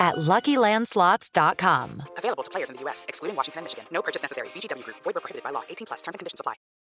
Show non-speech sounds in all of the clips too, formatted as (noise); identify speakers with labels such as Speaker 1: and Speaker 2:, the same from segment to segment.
Speaker 1: at LuckyLandSlots.com.
Speaker 2: Available to players in the U.S., excluding Washington and Michigan. No purchase necessary. VGW Group. Void where prohibited by law. 18 plus. Terms and conditions apply.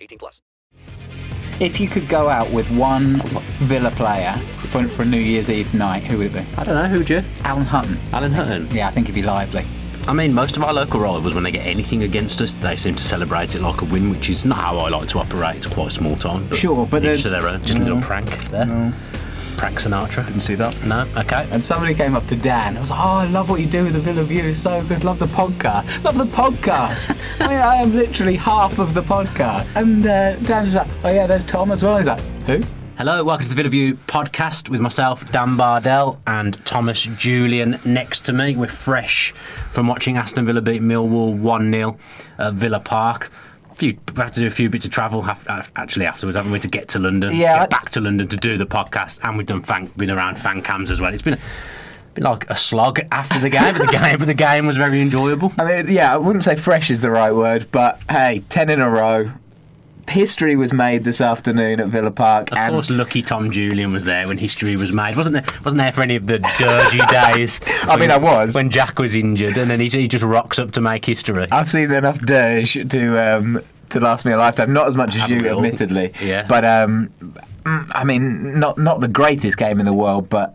Speaker 2: 18 plus.
Speaker 3: If you could go out with one Villa player for, for New Year's Eve night, who would Oh. it be?
Speaker 4: I don't know, who'd you?
Speaker 3: Alan Hutton.
Speaker 4: Alan Hutton.
Speaker 3: Yeah, I think he'd be lively.
Speaker 4: I mean, most of our local rivals, when they get anything against us, they seem to celebrate it like a win, which is not how I like to operate. It's quite small time. But
Speaker 3: Sure, but
Speaker 4: each to
Speaker 3: then-
Speaker 4: their own. Just a little prank there. Prank Sinatra.
Speaker 5: Mm-hmm. Didn't see that.
Speaker 4: No, okay.
Speaker 3: And somebody came up to Dan. I was like, "Oh, I love what you do with the Villa View. It's so good. Love the podcast. Love the (laughs) podcast. I mean, I am literally half of the podcast." And uh, Dan's like, "Oh yeah, there's Tom as well." He's like, "Who?"
Speaker 4: Hello, welcome to the Villa View podcast with myself, Dan Bardell, and Thomas Julian next to me. We're fresh from watching Aston Villa beat Millwall 1 0 at Villa Park. A Few, we have to do a few bits of travel haf- uh, actually afterwards, haven't we, to get to London,
Speaker 3: Yeah, I-
Speaker 4: get back to London to do the podcast, and we've done fan, been around fan cams as well. It's been, a, been like a slog after the game, but the (laughs) game, but the game was very enjoyable.
Speaker 3: I mean, yeah, I wouldn't say fresh is the right word, but hey, ten in a row. History was made this afternoon at Villa Park,
Speaker 4: Of
Speaker 3: and
Speaker 4: course, lucky Tom Julian was there when history was made. wasn't there? Wasn't there for any of the dirty
Speaker 3: (laughs)
Speaker 4: days? I
Speaker 3: mean, I was.
Speaker 4: when Jack was injured, and then he, he just rocks up to make history.
Speaker 3: I've seen enough dirge to um, to last me a lifetime. Not as much as you,
Speaker 4: Haven't we all?
Speaker 3: admittedly.
Speaker 4: Yeah.
Speaker 3: But um, mm, I mean, not not the greatest game in the world, but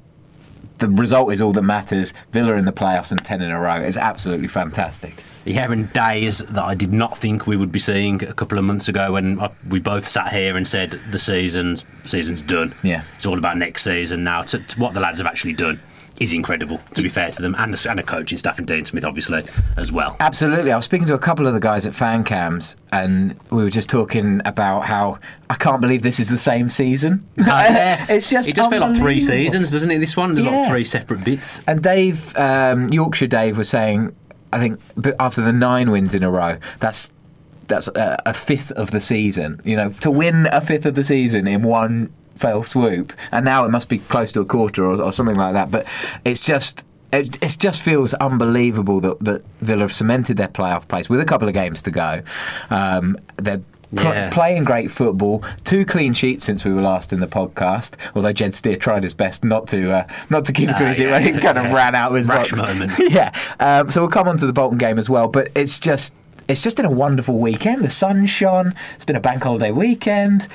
Speaker 3: the result is all that matters. Villa in the playoffs and ten in a row is absolutely fantastic.
Speaker 4: yeah, and days that I did not think we would be seeing a couple of months ago, when I, we both sat here and said the season's season's done.
Speaker 3: Yeah.
Speaker 4: it's all about next season now. To, to what the lads have actually done is incredible. To be fair to them, and the, and the coaching staff and Dean Smith, obviously, as well.
Speaker 3: Uh, Absolutely. I was speaking to a couple of the guys at fan cams, and we were just talking about how I can't believe this is the same
Speaker 4: (laughs)
Speaker 3: season. (laughs) it's just
Speaker 4: Oh, it Uh, does feel like three
Speaker 3: unbelievable.
Speaker 4: seasons, doesn't it? This one, there's
Speaker 3: Yeah.
Speaker 4: like three separate bits.
Speaker 3: And Dave, um, Yorkshire Dave, was saying, I think b- after the nine wins in a row, that's that's a, a fifth of the season. You know, to win a fifth of the season in one fell swoop, and now it must be close to a quarter or, or something like that. But it's just. It, it just feels unbelievable that, that Villa have cemented their playoff place with a couple of games to go. Um, they're pl-
Speaker 4: Yeah.
Speaker 3: playing great football. Two clean sheets since we were last in the podcast. Although Jed Steer tried his best not to uh, not to give
Speaker 4: Ah,
Speaker 3: Greasy
Speaker 4: yeah.
Speaker 3: when he kind of
Speaker 4: Yeah.
Speaker 3: ran out of his
Speaker 4: Rash
Speaker 3: box.
Speaker 4: moment.
Speaker 3: (laughs) yeah. Um, so we'll come on to the Bolton game as well, but it's just it's just been a wonderful weekend. The sun shone. It's been a bank holiday weekend.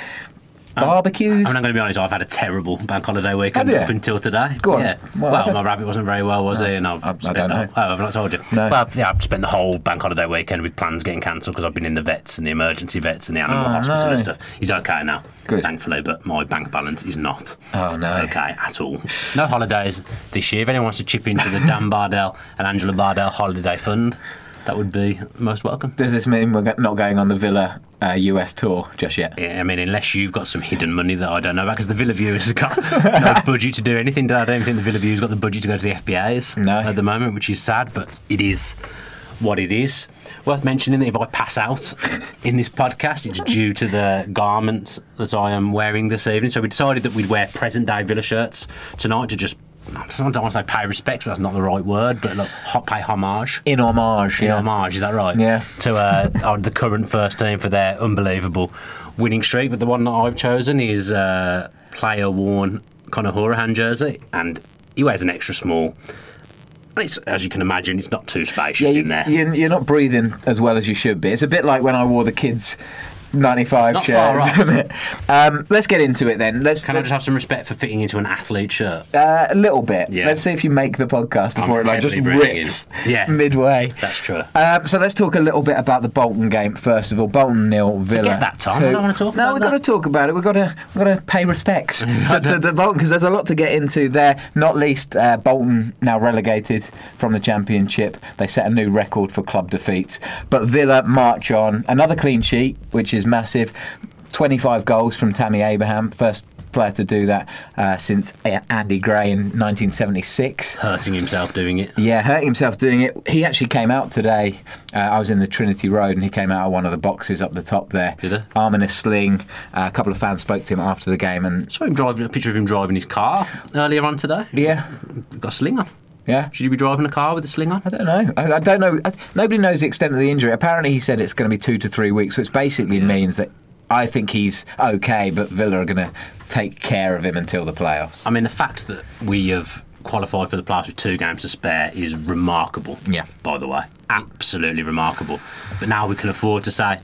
Speaker 3: Barbecues.
Speaker 4: Um, I'm not going to be honest. I've had a terrible bank holiday
Speaker 3: Have
Speaker 4: weekend
Speaker 3: you?
Speaker 4: up until today.
Speaker 3: Go on.
Speaker 4: Yeah.
Speaker 3: Well,
Speaker 4: Well,
Speaker 3: I don't-
Speaker 4: my rabbit wasn't very well, was he? And I've
Speaker 3: I- I
Speaker 4: spent
Speaker 3: don't
Speaker 4: the whole-
Speaker 3: know.
Speaker 4: Oh, I've not told you.
Speaker 3: No.
Speaker 4: Well, yeah, I've spent the whole bank holiday weekend with plans getting cancelled because I've been in the vets and the emergency vets and the animal
Speaker 3: Oh,
Speaker 4: hospital
Speaker 3: no.
Speaker 4: and stuff. He's okay now,
Speaker 3: Good.
Speaker 4: thankfully, but my bank balance is not.
Speaker 3: Oh, no.
Speaker 4: Okay, at all. No holidays this year. If anyone wants to chip into the Dan Bardell and Angela Bardell holiday fund, that would be most welcome.
Speaker 3: Does this mean we're go- not going on the Villa uh, US tour just yet?
Speaker 4: Yeah, I mean, unless you've got some hidden money that I don't know about, because the Villa View (laughs) has got no budget to do anything. I don't think the Villa View's got the budget to go to the FBAs
Speaker 3: No.
Speaker 4: at the moment, which is sad, but it is what it is. Worth mentioning that if I pass out in this podcast, it's due to the garments that I am wearing this evening. So we decided that we'd wear present day Villa shirts tonight to just I don't want to say pay respects, but that's not the right word. But look, ho- pay homage.
Speaker 3: in homage.
Speaker 4: in
Speaker 3: yeah.
Speaker 4: homage. Is that right?
Speaker 3: Yeah.
Speaker 4: To uh, our- the current first team for their unbelievable winning streak. But the one that I've chosen is uh, player worn Conor Horahan jersey, and he wears an extra small. And it's, as you can imagine, it's not too spacious in there.
Speaker 3: You're, you're not breathing as well as you should be. It's a bit like when I wore the kids' 95
Speaker 4: It's not far
Speaker 3: shirts.
Speaker 4: off.
Speaker 3: isn't it? um, let's get into it then. Let's
Speaker 4: Can I just have some respect for fitting into an athlete shirt?
Speaker 3: uh, a little bit.
Speaker 4: Yeah.
Speaker 3: Let's see if you make the podcast before it like just
Speaker 4: heavily breathing in.
Speaker 3: rips
Speaker 4: Yeah.
Speaker 3: (laughs) midway.
Speaker 4: That's true.
Speaker 3: Um, so let's talk a little bit about the Bolton game first of all. Bolton nil, Villa.
Speaker 4: Forget that, Tom. I
Speaker 3: two.
Speaker 4: don't wanna talk
Speaker 3: No,
Speaker 4: about
Speaker 3: we've got to
Speaker 4: that.
Speaker 3: talk about it. We've got to we've got to pay
Speaker 4: (laughs)
Speaker 3: respects to, to, to Bolton because there's a lot to get into there. Not least uh, Bolton now relegated from the Championship. They set a new record for club defeats. But Villa march on. Another clean sheet, which is massive. 25 goals from Tammy Abraham, first player to do that uh, since uh, Andy Gray in 1976.
Speaker 4: Hurting himself doing it.
Speaker 3: Yeah, hurting himself doing it. He actually came out today. Uh, I was in the Trinity Road and he came out of one of the boxes up the top there.
Speaker 4: Did he?
Speaker 3: Arm in a sling. Uh, a couple of fans spoke to him after the game and.
Speaker 4: Saw him driving a picture of him driving his car earlier on today.
Speaker 3: Yeah,
Speaker 4: Got a sling on.
Speaker 3: yeah.
Speaker 4: Should you be driving a car with a sling on?
Speaker 3: I don't know. I, I don't know. I, nobody knows the extent of the injury. Apparently, he said it's going to be two to three weeks, which basically means that I think he's okay, but Villa are going to take care of him until the playoffs.
Speaker 4: I mean, the fact that we have qualified for the playoffs with two games to spare is remarkable.
Speaker 3: Yeah.
Speaker 4: By the way, absolutely remarkable. But now we can afford to say.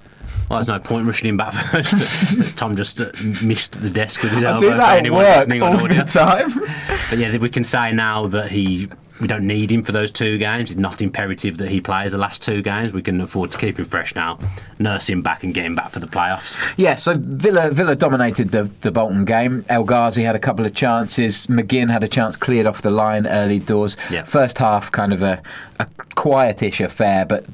Speaker 4: Well, there's no point rushing him back (laughs) first. Tom just uh, missed the desk with his elbow. for anyone listening on audio.
Speaker 3: time. (laughs)
Speaker 4: But yeah, we can say now that he we don't need him for those two games. It's not imperative that he plays the last two games. We can afford to keep him fresh now, nurse him back, and get him back for the playoffs.
Speaker 3: Yeah, so Villa Villa dominated the, the Bolton game. El Ghazi had a couple of chances. McGinn had a chance cleared off the line early doors.
Speaker 4: Yeah.
Speaker 3: First half, kind of a, a quietish affair, but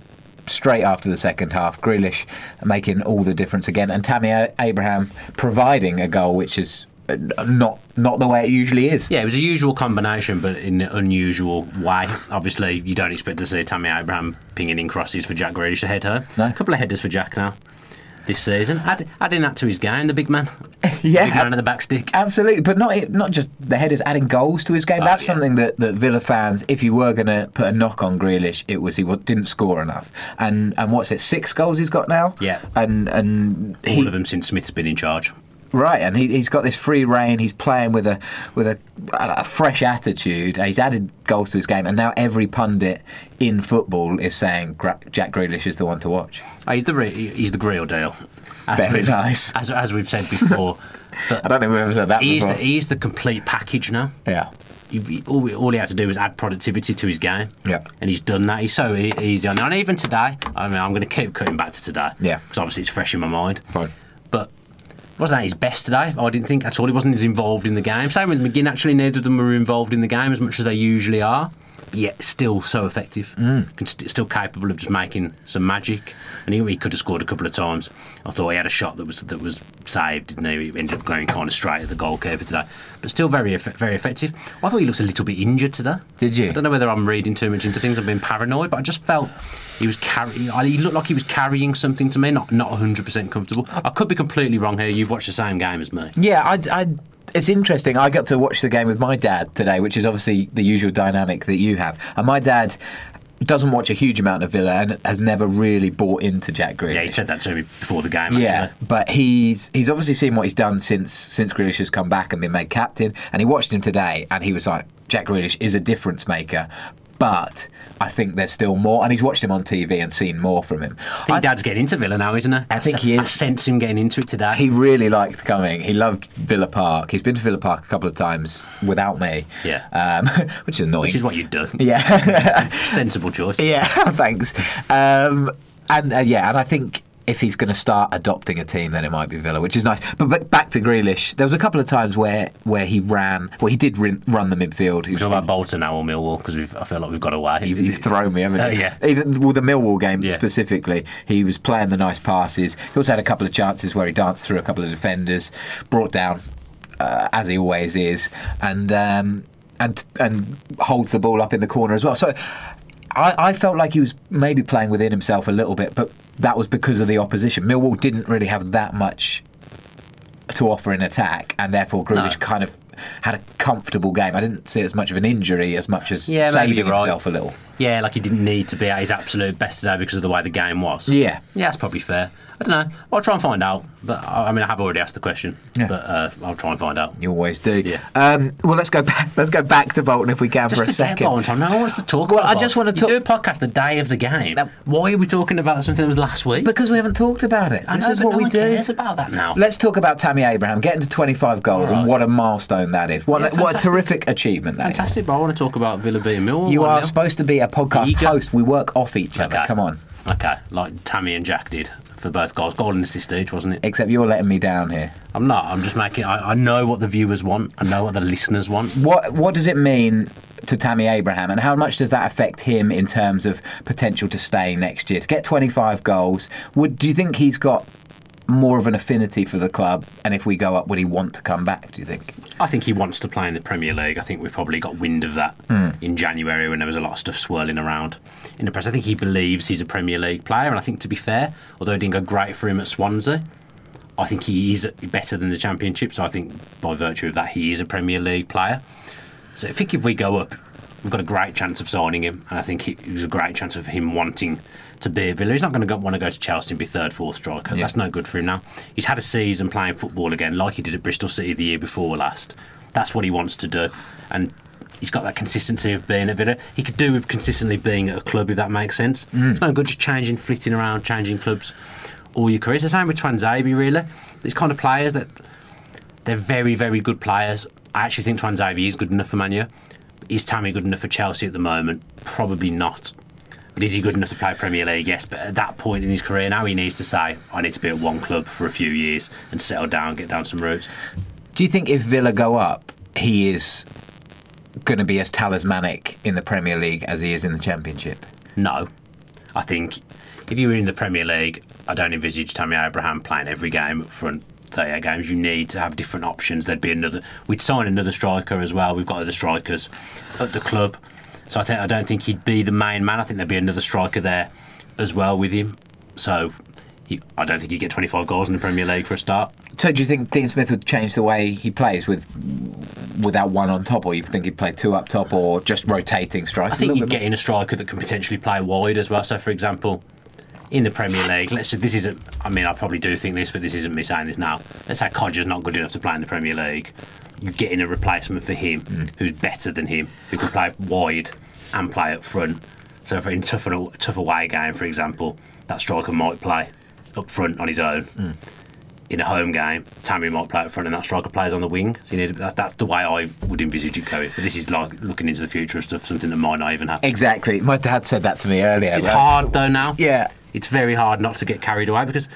Speaker 3: straight after the second half, Grealish making all the difference again, and Tammy A- Abraham providing a goal, which is uh, not not the way it usually is.
Speaker 4: Yeah, it was a usual combination, but in an unusual way. Obviously, you don't expect to see Tammy Abraham pinging in crosses for Jack Grealish to head her.
Speaker 3: No.
Speaker 4: A couple of headers for Jack now this season. Add, adding that to his game, the big man.
Speaker 3: (laughs) Yeah.
Speaker 4: Big man at the back stick.
Speaker 3: Absolutely, but not not just the headers adding goals to his game.
Speaker 4: Oh,
Speaker 3: That's
Speaker 4: yeah.
Speaker 3: something that, that Villa fans, if you were going to put a knock on Grealish, it was he wa- didn't score enough. And and what's it? Six goals he's got now.
Speaker 4: Yeah.
Speaker 3: and and
Speaker 4: All
Speaker 3: he,
Speaker 4: of them since Smith's been in charge.
Speaker 3: right, and he, he's got this free reign. He's playing with a with a, a fresh attitude. He's added goals to his game, and now every pundit in football is saying Gra- Jack Grealish is the one to watch.
Speaker 4: Oh, he's the re- he's the real deal. As
Speaker 3: Very
Speaker 4: we've-
Speaker 3: nice.
Speaker 4: As, as we've said
Speaker 3: (laughs)
Speaker 4: before, but
Speaker 3: I don't think we've ever said that
Speaker 4: he's the,
Speaker 3: before.
Speaker 4: he's the complete package now.
Speaker 3: yeah,
Speaker 4: You've, all, we- all he had to do was add productivity to his game.
Speaker 3: Yeah.
Speaker 4: And he's done that. He's so e- easy on there. And even today, I mean, I'm going to keep cutting back to today.
Speaker 3: Yeah.
Speaker 4: Because obviously it's fresh in my mind.
Speaker 3: Fine.
Speaker 4: But wasn't at his best today. I didn't think at all. He wasn't as involved in the game. Same with McGinn, actually. Neither of them were involved in the game as much as they usually are. But yet still so effective.
Speaker 3: Mm.
Speaker 4: Can st- still capable of just making some magic. And he, he could have scored a couple of times. I thought he had a shot that was that was saved, didn't he? He ended up going kind of straight at the goalkeeper today. But still very eff- very effective. I thought he looked a little bit injured today.
Speaker 3: Did you?
Speaker 4: I don't know whether I'm reading too much into things. I've been paranoid, but I just felt he was carrying. He looked like he was carrying something to me. Not not 100 percent comfortable. I could be completely wrong here. You've watched the same game as me.
Speaker 3: Yeah, I, I, it's interesting. I got to watch the game with my dad today, which is obviously the usual dynamic that you have. And my dad doesn't watch a huge amount of Villa and has never really bought into Jack Grealish.
Speaker 4: Yeah, he said that to me before the game.
Speaker 3: Yeah,
Speaker 4: actually.
Speaker 3: but he's he's obviously seen what he's done since since Grealish has come back and been made captain, and he watched him today, and he was like, Jack Grealish is a difference maker, but I think there's still more, and he's watched him on TV and seen more from him.
Speaker 4: I think Dad's getting into Villa now, isn't he? I
Speaker 3: think
Speaker 4: se-
Speaker 3: he
Speaker 4: I
Speaker 3: is.
Speaker 4: sense him getting into it today.
Speaker 3: He really liked coming. He loved Villa Park. He's been to Villa Park a couple of times without me.
Speaker 4: Yeah.
Speaker 3: Um, (laughs) which is annoying.
Speaker 4: which is what you do.
Speaker 3: yeah. (laughs)
Speaker 4: Sensible choice.
Speaker 3: yeah. (laughs) Thanks. Um, and uh, yeah, and I think if he's going to start adopting a team, then it might be Villa, which is nice. But, but back to Grealish, there was a couple of times where where he ran. Well, he did rin- run the midfield. He
Speaker 4: We're
Speaker 3: was-
Speaker 4: talking about Bolton now or Millwall because I feel like we've got away.
Speaker 3: you, you've thrown me, haven't you?
Speaker 4: (laughs) Oh, yeah.
Speaker 3: Even well, the Millwall game
Speaker 4: Yeah.
Speaker 3: specifically, he was playing the nice passes. He also had a couple of chances where he danced through a couple of defenders, brought down uh, as he always is, and um, and and holds the ball up in the corner as well. So. I, I felt like he was maybe playing within himself a little bit, but that was because of the opposition. Millwall didn't really have that much to offer in attack, and therefore Grealish
Speaker 4: No.
Speaker 3: kind of had a comfortable game. I didn't see as much of an injury as much as
Speaker 4: Yeah, maybe
Speaker 3: saving
Speaker 4: you're right.
Speaker 3: himself a little.
Speaker 4: Yeah, like he didn't need to be at his absolute best today because of the way the game was.
Speaker 3: Yeah.
Speaker 4: Yeah, that's probably fair. I don't know. I'll try and find out. But I I mean, I have already asked the question,
Speaker 3: Yeah.
Speaker 4: but uh, I'll try and find out.
Speaker 3: You always do.
Speaker 4: Yeah.
Speaker 3: Um, well, let's go back. Let's go back to Bolton if we can
Speaker 4: Just
Speaker 3: for a
Speaker 4: forget
Speaker 3: second.
Speaker 4: Bolton Tom. No one wants to talk
Speaker 3: Well,
Speaker 4: about
Speaker 3: I just
Speaker 4: Bolton.
Speaker 3: want to talk-
Speaker 4: You do a podcast the day of the game. Why are we talking about something that was last week?
Speaker 3: because we haven't talked about it.
Speaker 4: I
Speaker 3: this
Speaker 4: know,
Speaker 3: is
Speaker 4: but
Speaker 3: what
Speaker 4: no
Speaker 3: we
Speaker 4: one
Speaker 3: do.
Speaker 4: cares about that now.
Speaker 3: Let's talk about Tammy Abraham getting to 25 goals and what a milestone that is. What,
Speaker 4: Yeah,
Speaker 3: what a
Speaker 4: fantastic.
Speaker 3: terrific achievement that is.
Speaker 4: Fantastic, but I want to talk about Villa beating Millwall.
Speaker 3: You are
Speaker 4: 1-0.
Speaker 3: supposed to be a podcast
Speaker 4: Eager.
Speaker 3: host. We work off each other.
Speaker 4: Okay.
Speaker 3: Come on.
Speaker 4: Okay, like Tammy and Jack did for both goals. Goal and assist each, wasn't it?
Speaker 3: Except you're letting me down here.
Speaker 4: I'm not. I'm just making. I, I know what the viewers want. I know what the listeners want.
Speaker 3: What What does it mean to Tammy Abraham, and how much does that affect him in terms of potential to stay next year? To get 25 goals, would do you think he's got more of an affinity for the club? And if we go up, would he want to come back? Do you think?
Speaker 4: I think he wants to play in the Premier League. I think we probably got wind of that in January when there was a lot of stuff swirling around in the press. I think he believes he's a Premier League player, and I think to be fair, although it didn't go great for him at Swansea, I think he is better than the Championship. So I think by virtue of that, he is a Premier League player. So I think if we go up, we've got a great chance of signing him, and I think he, there's a great chance of him wanting to be at Villa. He's not going to go, want to go to Chelsea and be third, fourth striker. That's no good for him now. He's had a season playing football again, like he did at Bristol City the year before last. That's what he wants to do, and he's got that consistency of being at Villa. He could do with consistently being at a club if that makes sense. It's no good just changing, flitting around, changing clubs all your career. It's the same with Twanzabi, really. These kind of players that they're very, very good players. I actually think Twanzavia is good enough for Manu. Is Tammy good enough for Chelsea at the moment? Probably not. But is he good enough to play Premier League? Yes. But at that point in his career now, he needs to say, I need to be at one club for a few years and settle down, get down some roots.
Speaker 3: Do you think if Villa go up, he is going to be as talismanic in the Premier League as he is in the Championship?
Speaker 4: No. I think if you were in the Premier League, I don't envisage Tammy Abraham playing every game up front. 38 games, you need to have different options. There'd be another. We'd sign another striker as well. We've got other strikers at the club, so I think I don't think he'd be the main man. I think there'd be another striker there as well with him. So he, I don't think he'd get 25 goals in the Premier League for a start.
Speaker 3: So do you think Dean Smith would change the way he plays with without one on top, or you think he'd play two up top, or just rotating strikes?
Speaker 4: I think you'd get in a striker that can potentially play wide as well. So, for example, in the Premier League, let's say this isn't. I mean, I probably do think this, but this isn't me saying this now. Let's say Codger's not good enough to play in the Premier League. You get in a replacement for him who's better than him, who can play wide and play up front. So, for in tougher tough away game, for example, that striker might play up front on his own. In a home game, Tammy might play up front, and that striker plays on the wing. So you need, that, that's the way I would envisage it going. But this is like looking into the future of stuff, something that might not even happen.
Speaker 3: Exactly. My dad said that to me earlier.
Speaker 4: It's
Speaker 3: right?
Speaker 4: hard though now.
Speaker 3: Yeah.
Speaker 4: It's very hard not to get carried away because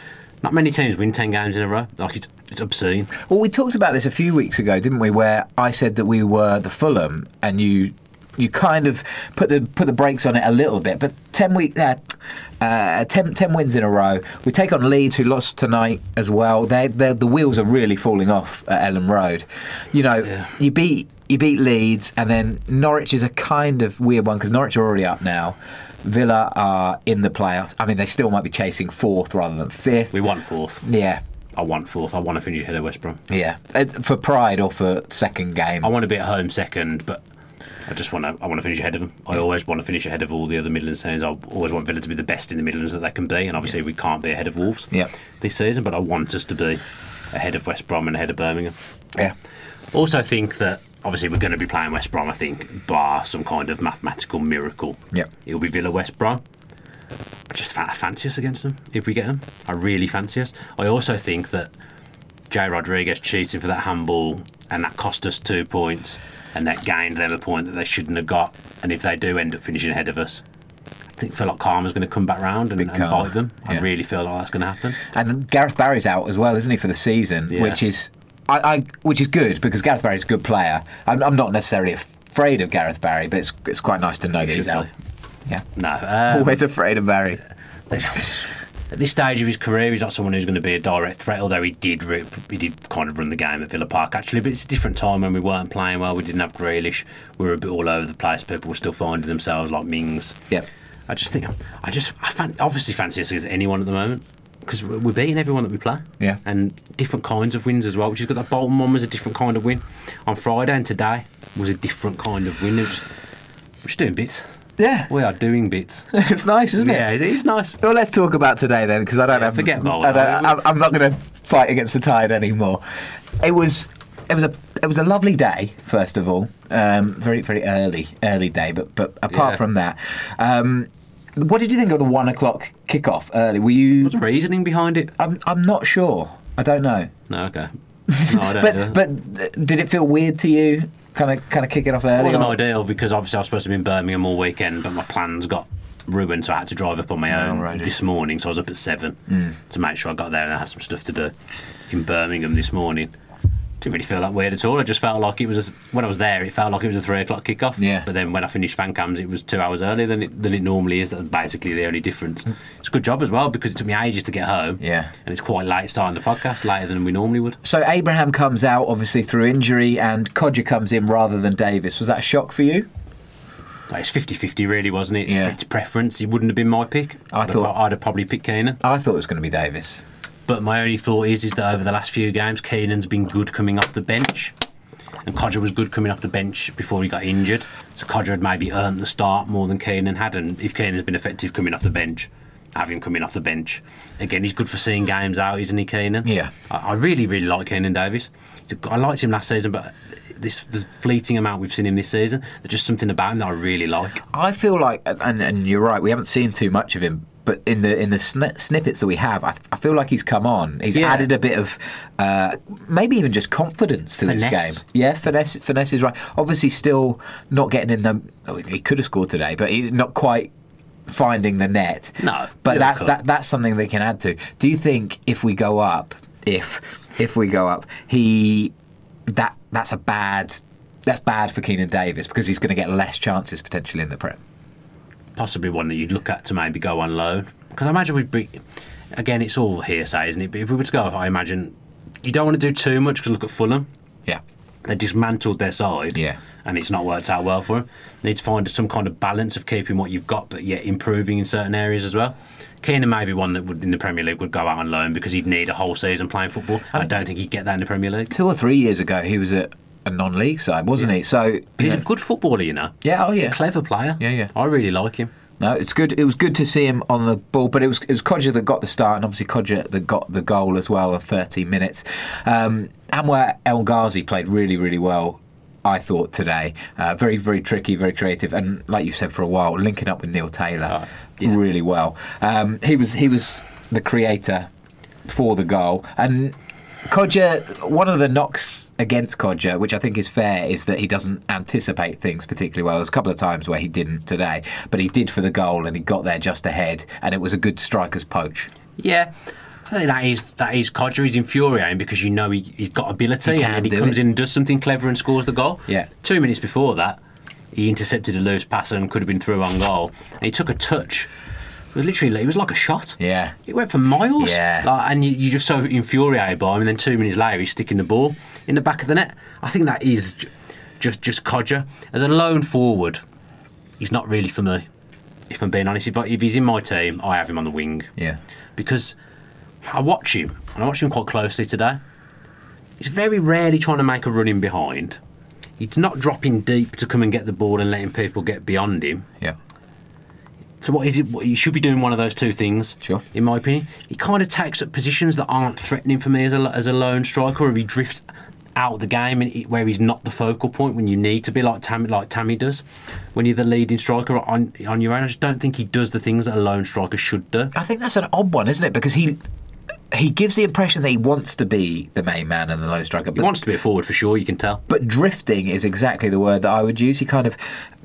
Speaker 4: not many teams win ten games in a row. Like it's it's obscene.
Speaker 3: Well, we talked about this a few weeks ago, didn't we? Where I said that we were the Fulham, and you you kind of put the put the brakes on it a little bit. But ten week uh, uh, 10, 10 wins in a row. We take on Leeds, who lost tonight as well. They they the wheels are really falling off at Ellen Road. You know, you beat you beat Leeds, and then Norwich is a kind of weird one because Norwich are already up now. Villa are in the playoffs. I mean, they still might be chasing fourth rather than fifth.
Speaker 4: We want fourth.
Speaker 3: yeah,
Speaker 4: I want fourth. I want to finish ahead of West Brom.
Speaker 3: yeah, Uh, for pride or for second game.
Speaker 4: I want to be at home second, but I just want to. I want to finish ahead of them. I always want to finish ahead of all the other Midlands teams. I always want Villa to be the best in the Midlands that they can be, and obviously we can't be ahead of Wolves
Speaker 3: Yeah.
Speaker 4: this season. But I want us to be ahead of West Brom and ahead of Birmingham.
Speaker 3: Yeah.
Speaker 4: Also think that obviously we're going to be playing West Brom. I think bar some kind of mathematical miracle.
Speaker 3: Yep.
Speaker 4: It'll be Villa West Brom. I just fa- I fancy us against them if we get them. I really fancy us. I also think that Jay Rodriguez cheating for that handball and that cost us two points and that gained them a point that they shouldn't have got. And if they do end up finishing ahead of us, I think feel like karma's going to come back round and, and
Speaker 3: karma,
Speaker 4: bite them. I
Speaker 3: yeah.
Speaker 4: really feel like that's going to happen.
Speaker 3: And Gareth Barry's out as well, isn't he, for the season?
Speaker 4: Yeah.
Speaker 3: Which is, I, I, which is good because Gareth Barry's a good player. I'm, I'm not necessarily afraid of Gareth Barry, but it's it's quite nice to know that he's
Speaker 4: should
Speaker 3: out.
Speaker 4: be.
Speaker 3: Yeah.
Speaker 4: No, um,
Speaker 3: Always afraid of Barry.
Speaker 4: at this stage of his career, he's not someone who's going to be a direct threat. Although he did, re- he did kind of run the game at Villa Park actually, but it's a different time when we weren't playing well. We didn't have Grealish. We were a bit all over the place. People were still finding themselves like Mings.
Speaker 3: Yep.
Speaker 4: I just think I just I fan- obviously fancy us against anyone at the moment. because we're beating everyone that we play.
Speaker 3: Yeah.
Speaker 4: And different kinds of wins as well, which is good. That Bolton one was a different kind of win on Friday, and today was a different kind of win. It was, we're just doing bits. (laughs)
Speaker 3: Yeah,
Speaker 4: We are doing bits.
Speaker 3: it's nice, (laughs) isn't
Speaker 4: yeah,
Speaker 3: it?
Speaker 4: it is nice.
Speaker 3: Well, let's talk about today then, because I don't
Speaker 4: Yeah,
Speaker 3: have.
Speaker 4: forget Bowl,
Speaker 3: I
Speaker 4: though.
Speaker 3: am I'm not going to fight against the tide anymore. It was, it was a, it was a lovely day. First of all, um, very very early, early day. But but apart
Speaker 4: Yeah.
Speaker 3: from that, um, what did you think of the one o'clock kickoff early? Were you?
Speaker 4: What's the reasoning behind it?
Speaker 3: I'm I'm not sure. I don't know.
Speaker 4: No, okay.
Speaker 3: (laughs)
Speaker 4: No, I don't know.
Speaker 3: But but uh, did it feel weird to you? Kind of kind of kicking off
Speaker 4: It
Speaker 3: early.
Speaker 4: wasn't
Speaker 3: on?
Speaker 4: ideal because obviously I was supposed to be in Birmingham all weekend, but my plans got ruined, so I had to drive up on my own
Speaker 3: righty.
Speaker 4: this morning. So I was up at seven
Speaker 3: Mm.
Speaker 4: to make sure I got there, and I had some stuff to do in Birmingham this morning. Didn't really feel that weird at all. I just felt like it was a, when I was there, it felt like it was a three o'clock kickoff.
Speaker 3: Yeah.
Speaker 4: But then when I finished fan cams, it was two hours earlier than it, than it normally is. That's basically the only difference. It's a good job as well because it took me ages to get home.
Speaker 3: Mm. Yeah.
Speaker 4: And it's quite late starting the podcast, later than we normally would.
Speaker 3: So Abraham comes out obviously through injury, and Codger comes in rather than Davis. Was that a shock for you?
Speaker 4: Like, It's 50 50, really, wasn't it? It's,
Speaker 3: Yeah.
Speaker 4: it's preference. It wouldn't have been my pick.
Speaker 3: I
Speaker 4: I'd have-
Speaker 3: thought-
Speaker 4: I'd have probably picked Keenan.
Speaker 3: I thought it was going to be Davis.
Speaker 4: But my only thought is is that over the last few games, Keenan's been good coming off the bench. And Codger was good coming off the bench before he got injured. So Codger had maybe earned the start more than Keenan had. And if Keenan's been effective coming off the bench, have him coming off the bench. Again, he's good for seeing games out, isn't he, Keenan?
Speaker 3: Yeah.
Speaker 4: I, I really, really like Keenan Davis. He's a g- I liked him last season, but this the fleeting amount we've seen him this season, there's just something about him that I really like.
Speaker 3: I feel like, and, and you're right, we haven't seen too much of him. But in the in the sni snippets that we have, I, I feel like he's come on. He's
Speaker 4: Yeah.
Speaker 3: added a bit of uh, maybe even just confidence to
Speaker 4: Finesse.
Speaker 3: this game. Yeah, finesse. Finesse is right. Obviously, still not getting in the. Oh, he could have scored today, but he's not quite finding the net.
Speaker 4: No,
Speaker 3: but
Speaker 4: never
Speaker 3: that's
Speaker 4: could.
Speaker 3: that, that's something they can add to. Do you think if we go up, if if we go up, he that that's a bad that's bad for Keenan Davis because he's going to get less chances potentially in the prep.
Speaker 4: possibly one that you'd look at to maybe go on loan? Because I imagine we'd be, again, it's all hearsay, isn't it? But if we were to go, I imagine you don't want to do too much because look at Fulham.
Speaker 3: Yeah.
Speaker 4: They dismantled their side,
Speaker 3: Yeah.
Speaker 4: and it's not worked out well for them. Need to find some kind of balance of keeping what you've got, but yet improving in certain areas as well. Keenan may be one that would in the Premier League would go out on loan because he'd need a whole season playing football. And I don't think he'd get that in the Premier League.
Speaker 3: Two or three years ago, he was at a non-league side, wasn't he? So
Speaker 4: But he's a good footballer, you know.
Speaker 3: yeah, oh
Speaker 4: He's
Speaker 3: yeah,
Speaker 4: a clever player.
Speaker 3: Yeah, yeah.
Speaker 4: I really like him.
Speaker 3: No, it's good. It was good to see him on the ball, but it was it was Codger that got the start, and obviously Codger that got the goal as well in 13 minutes. Um, Anwar El Ghazi played really, really well. I thought today, uh, very, very tricky, very creative, and like you said for a while, linking up with Neil Taylor really well. Um, he was he was the creator for the goal, and Codger, one of the knocks against Codger, which I think is fair, is that he doesn't anticipate things particularly well. There's a couple of times where he didn't today, but he did for the goal and he got there just ahead, and it was a good striker's poach.
Speaker 4: Yeah. I think that is that is Codger. He's infuriating because you know he, he's got ability
Speaker 3: He can
Speaker 4: and he
Speaker 3: do
Speaker 4: comes
Speaker 3: it.
Speaker 4: in and does something clever and scores the goal.
Speaker 3: Yeah.
Speaker 4: Two minutes before that, he intercepted a loose pass and could have been through on goal. And he took a touch. It was literally it was like a shot.
Speaker 3: Yeah.
Speaker 4: It went for miles.
Speaker 3: Yeah.
Speaker 4: Like, and you, you're just so infuriated by him. And then two minutes later, he's sticking the ball in the back of the net. I think that is ju- just just Codger as a lone forward. He's not really for me. If I'm being honest, if, I, if he's in my team, I have him on the wing
Speaker 3: Yeah.
Speaker 4: because I watch him, and I watch him quite closely today. He's very rarely trying to make a run in behind. He's not dropping deep to come and get the ball and letting people get beyond him.
Speaker 3: Yeah.
Speaker 4: So what is it? What, he should be doing one of those two things.
Speaker 3: Sure.
Speaker 4: In my opinion, he kind of takes up positions that aren't threatening for me as a as a lone striker, or he drifts out of the game and he- where he's not the focal point when you need to be, like Tammy like Tammy does, when you're the leading striker on on your own. I just don't think he does the things that a lone striker should do.
Speaker 3: I think that's an odd one, isn't it? Because he he gives the impression that he wants to be the main man and the low striker,
Speaker 4: He
Speaker 3: but
Speaker 4: wants to be a forward for sure. You can tell.
Speaker 3: but drifting is exactly the word that I would use. He kind of,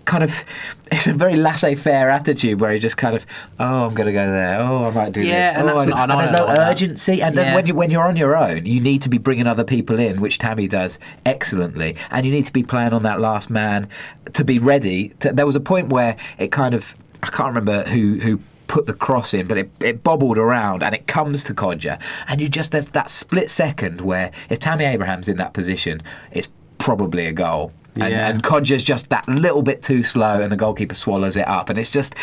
Speaker 3: kind of, (laughs) it's a very laissez-faire attitude where he just kind of, oh, I'm going to go there. Oh, I might do
Speaker 4: Yeah,
Speaker 3: this.
Speaker 4: and
Speaker 3: oh,
Speaker 4: that's
Speaker 3: I do-"
Speaker 4: not- I
Speaker 3: and
Speaker 4: know
Speaker 3: there's
Speaker 4: I
Speaker 3: no
Speaker 4: don't like that.
Speaker 3: urgency. And then
Speaker 4: Yeah.
Speaker 3: when you when you're on your own, you need to be bringing other people in, which Tammy does excellently, and you need to be playing on that last man to be ready. To, there was a point where it kind of, I can't remember who who. Put the cross in, but it, it bobbled around and it comes to Codger. And you just, there's that split second where if Tammy Abraham's in that position, it's probably a goal. and,
Speaker 4: Yeah.
Speaker 3: and Codger's just that little bit too slow, and the goalkeeper swallows it up, and it's just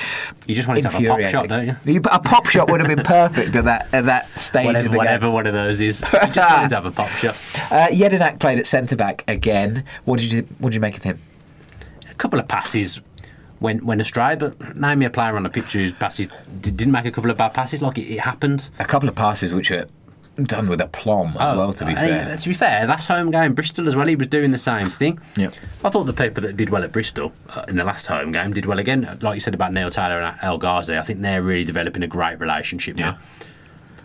Speaker 4: You just want it to have a pop
Speaker 3: infuriating.
Speaker 4: shot, don't you?
Speaker 3: A pop shot would
Speaker 4: (laughs)
Speaker 3: have been perfect at that at that stage
Speaker 4: Whatever,
Speaker 3: of the
Speaker 4: whatever
Speaker 3: game.
Speaker 4: one of those is. You
Speaker 3: (laughs)
Speaker 4: just wanted to have a pop shot.
Speaker 3: Uh, Jedinak played at centre back again. What did you what did you make of him?
Speaker 4: A couple of passes went went astray, but name me a player on a pitch whose passes d- didn't make a couple of bad passes. Like it, it happened.
Speaker 3: A couple of passes which were done with aplomb as well. To be
Speaker 4: Uh,
Speaker 3: fair,
Speaker 4: yeah, to be fair, last home game Bristol as well, he was doing the same thing.
Speaker 3: Yep.
Speaker 4: I thought the people that did well at Bristol uh, in the last home game did well again. Like you said about Neil Taylor and El Ghazi, I think they're really developing a great relationship now.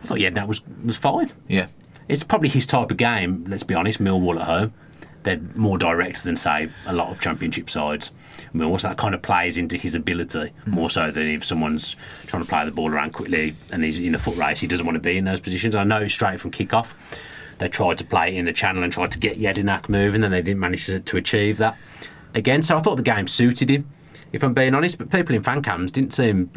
Speaker 4: I thought yeah, that was was fine.
Speaker 3: yeah.
Speaker 4: It's probably his type of game. Let's be honest, Millwall at home. They're more direct than say a lot of championship sides. I mean, also that kind of plays into his ability more so than if someone's trying to play the ball around quickly and he's in a foot race. He doesn't want to be in those positions. I know straight from kick off, they tried to play it in the channel and tried to get Yedinak moving, and they didn't manage to, to achieve that again. So I thought the game suited him, if I'm being honest. But people in fan cams didn't seem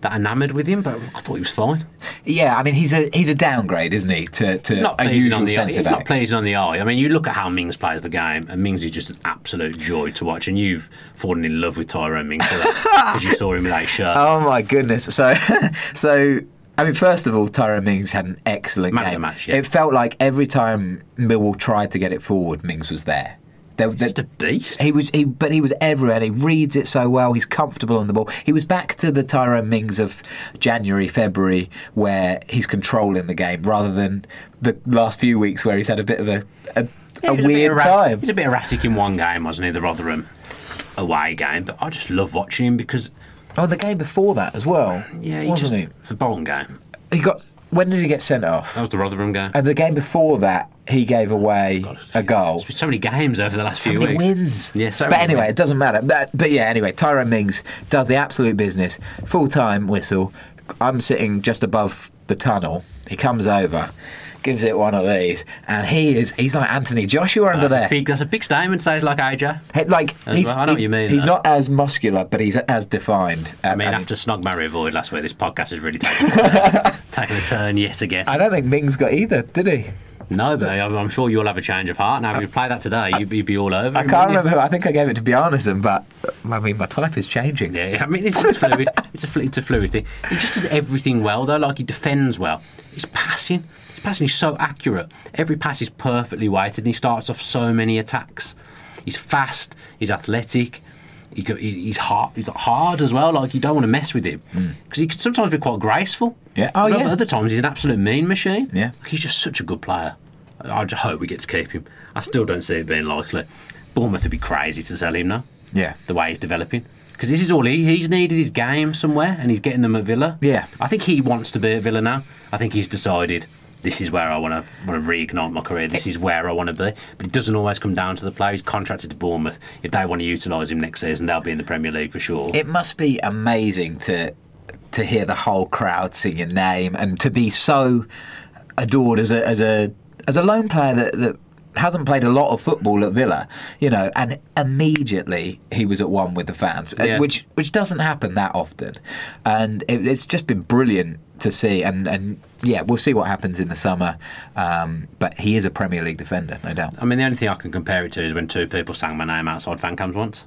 Speaker 4: that enamoured with him, but I thought he was fine.
Speaker 3: Yeah, I mean he's a he's a downgrade, isn't he? To to
Speaker 4: He's not
Speaker 3: a
Speaker 4: pleasing on
Speaker 3: usual
Speaker 4: the eye.
Speaker 3: centre
Speaker 4: He's not
Speaker 3: back.
Speaker 4: pleasing on the eye. I mean, you look at how Mings plays the game, and Mings is just an absolute joy to watch. And you've fallen in love with Tyrone Mings because you saw him with that
Speaker 3: (laughs)
Speaker 4: shirt.
Speaker 3: Oh my goodness! So, (laughs) so I mean, first of all, Tyrone Mings had an excellent
Speaker 4: Man of the
Speaker 3: game.
Speaker 4: match, yeah.
Speaker 3: It felt like every time Millwall tried to get it forward, Mings was there. There- there-
Speaker 4: just a beast.
Speaker 3: he was he, but he was everywhere. He reads it so well. He's comfortable on the ball. He was back to the Tyrone Mings of January, February, where he's controlling the game rather than the last few weeks where he's had a bit of a a, a
Speaker 4: Yeah, he was bit
Speaker 3: weird
Speaker 4: erra-
Speaker 3: time.
Speaker 4: He was a bit erratic in one game, wasn't he? The Rotherham away game, but I just love watching him because
Speaker 3: Oh, the game before that as well.
Speaker 4: yeah, he
Speaker 3: wasn't
Speaker 4: just it's a bowling game.
Speaker 3: he? He got. When did he get sent off?
Speaker 4: That was the Rotherham game.
Speaker 3: And the game before that, he gave away a goal.
Speaker 4: There's been so many games over the last
Speaker 3: He
Speaker 4: few weeks.
Speaker 3: wins.
Speaker 4: Yeah, so
Speaker 3: but
Speaker 4: many
Speaker 3: anyway,
Speaker 4: wins.
Speaker 3: it doesn't matter. But, but yeah, anyway, Tyrone Mings does the absolute business. Full time whistle. I'm sitting just above the tunnel. He comes over, gives it one of these, and he is he's like Anthony Joshua under
Speaker 4: that's
Speaker 3: there.
Speaker 4: a big. That's a big statement. Says like AJ.
Speaker 3: He- like
Speaker 4: As
Speaker 3: he's,
Speaker 4: well, I know what you mean,
Speaker 3: He's
Speaker 4: though.
Speaker 3: not as muscular, but he's as defined. Um,
Speaker 4: I mean,
Speaker 3: and-
Speaker 4: after Snog Mario Void last week, this podcast has really taken
Speaker 3: (laughs)
Speaker 4: a, taken a turn yet again.
Speaker 3: I don't think Mings got either, did he?
Speaker 4: No, but I'm, I'm sure you'll have a change of heart. Now, if you play that today, you'd, you'd be all over.
Speaker 3: I
Speaker 4: him,
Speaker 3: can't
Speaker 4: wouldn't
Speaker 3: remember. Who, I think I gave it to Bjarnason, but I mean, my type is changing.
Speaker 4: you? Yeah, I mean, it's, it's
Speaker 3: (laughs)
Speaker 4: fluid. It's a, flu- it's a fluid thing. He just does everything well, though. Like, he defends well. His passing, his passing is so accurate. Every pass is perfectly weighted, and he starts off so many attacks. He's fast, he's athletic. He go, he, he's hard. He's hard as well. Like you don't want to mess with him because he can sometimes be quite graceful.
Speaker 3: Hmm. Yeah. Oh,
Speaker 4: You know,
Speaker 3: yeah.
Speaker 4: But other times he's an absolute mean machine.
Speaker 3: Yeah.
Speaker 4: He's just such a good player. I I just hope we get to keep him. I still don't see it being likely. Bournemouth would be crazy to sell him now.
Speaker 3: Yeah.
Speaker 4: The way he's developing. Because this is all he, he's needed his game somewhere and he's getting them at Villa.
Speaker 3: Yeah.
Speaker 4: I think he wants to be at Villa now. I think he's decided this is where I want to want to reignite my career. This is where I want to be. But it doesn't always come down to the player. He's contracted to Bournemouth. If they want to utilise him next season, they'll be in the Premier League for sure.
Speaker 3: It must be amazing to to hear the whole crowd sing your name and to be so adored as a as a as a lone player that, that hasn't played a lot of football at Villa, you know, and immediately he was at one with the fans, uh,
Speaker 4: Yeah.
Speaker 3: which which doesn't happen that often, and it, it's just been brilliant to see, and and yeah, we'll see what happens in the summer, um, but he is a Premier League defender, no doubt.
Speaker 4: I mean, the only thing I can compare it to is when two people sang my name outside fan cams once.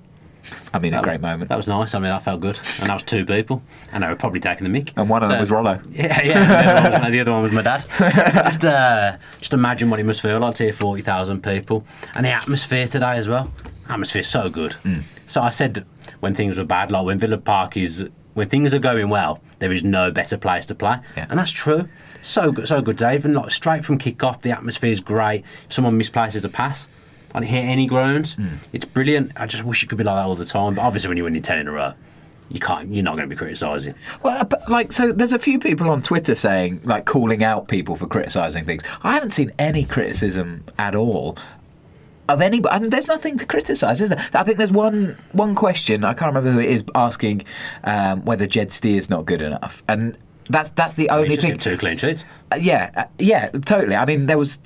Speaker 3: I mean, a
Speaker 4: That
Speaker 3: great
Speaker 4: was-
Speaker 3: moment,
Speaker 4: That was nice. I mean, that felt good. And that was two people. And they were probably taking the mic.
Speaker 3: and one of them
Speaker 4: So-
Speaker 3: was Rollo.
Speaker 4: Yeah, yeah. The other one, the other one was my dad. just, uh, just imagine what it must feel like to hear 40,000 people. And the atmosphere today as well. Atmosphere's so good. So I said when things were bad, like when Villa Park is, when things are going well, there is no better place to play.
Speaker 3: Yeah.
Speaker 4: And that's true. So good, so good, Dave. And like straight from kick off, the atmosphere is great. If someone misplaces a pass, I didn't hear any groans. It's brilliant. I just wish it could be like that all the time. But obviously, when you win 10 in a row, you can't. You're not going to be criticising.
Speaker 3: Well, uh, but like, so there's a few people on Twitter saying, like, calling out people for criticising things. I haven't seen any criticism at all of any, and there's nothing to criticise, is there? I think there's one one question I can't remember who it is asking um, whether Jed Steer's not good enough, and that's that's the
Speaker 4: You
Speaker 3: only
Speaker 4: Oh, just
Speaker 3: thing.
Speaker 4: get two clean sheets.
Speaker 3: Uh, yeah, uh, yeah, totally. I mean, there was.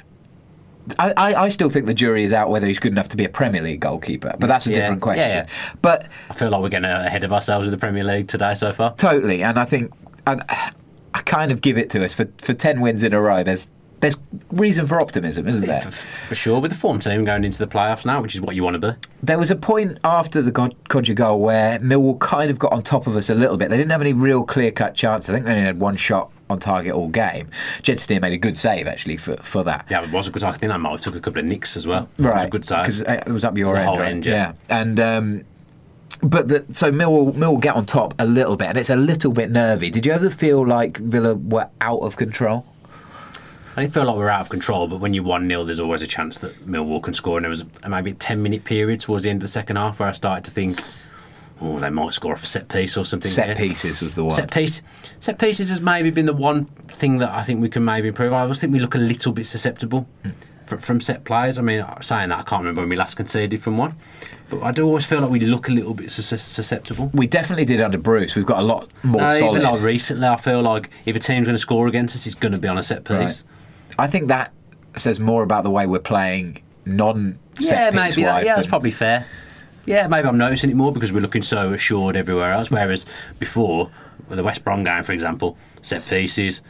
Speaker 3: I, I, I still think the jury is out whether he's good enough to be a Premier League goalkeeper, but that's a
Speaker 4: Yeah,
Speaker 3: different
Speaker 4: yeah,
Speaker 3: question.
Speaker 4: yeah.
Speaker 3: But
Speaker 4: I feel like we're getting ahead of ourselves with the Premier League today so far.
Speaker 3: Totally, and I think I, I kind of give it to us for for ten wins in a row. There's there's reason for optimism, isn't there?
Speaker 4: For, for sure, with the form team going into the playoffs now, which is what you want to be.
Speaker 3: There was a point after the God- Codger goal where Millwall kind of got on top of us a little bit. They didn't have any real clear cut chance. I think they only had one shot on target all game. Jed Steer made a good save actually for, for that.
Speaker 4: Yeah, it was a good. I think I might have took a couple of nicks as well. It was
Speaker 3: Right, uh,
Speaker 4: a good side.
Speaker 3: because it was up your
Speaker 4: The
Speaker 3: end,
Speaker 4: whole
Speaker 3: right?
Speaker 4: end, yeah.
Speaker 3: and um, but the, so Millwall Millwall get on top a little bit, and it's a little bit nervy. Did you ever feel like Villa were out of control?
Speaker 4: I didn't feel like we were out of control, but when you 1 0, there's always a chance that Millwall can score. And there was a- maybe a 10 minute period towards the end of the second half where I started to think, oh, they might score off a set piece or something.
Speaker 3: Set
Speaker 4: here."
Speaker 3: pieces was the one.
Speaker 4: Set piece, set pieces has maybe been the one thing that I think we can maybe improve. I always think we look a little bit susceptible
Speaker 3: Hmm.
Speaker 4: fr- from set plays. I mean, uh, saying that I can't remember when we last conceded from one, but I do always feel like we look a little bit sus- susceptible.
Speaker 3: we definitely did under Bruce. We've got a lot more
Speaker 4: Uh,
Speaker 3: solid.
Speaker 4: even like recently, I feel like if a team's going to score against us, it's going to be on a set piece.
Speaker 3: Right. I think that says more about the way we're playing non set piece
Speaker 4: maybe. that-
Speaker 3: wise.
Speaker 4: yeah, that's
Speaker 3: than-
Speaker 4: probably fair. Yeah, maybe I'm noticing it more because we're looking so assured everywhere else. Whereas before, with the West Brom game, for example, set pieces,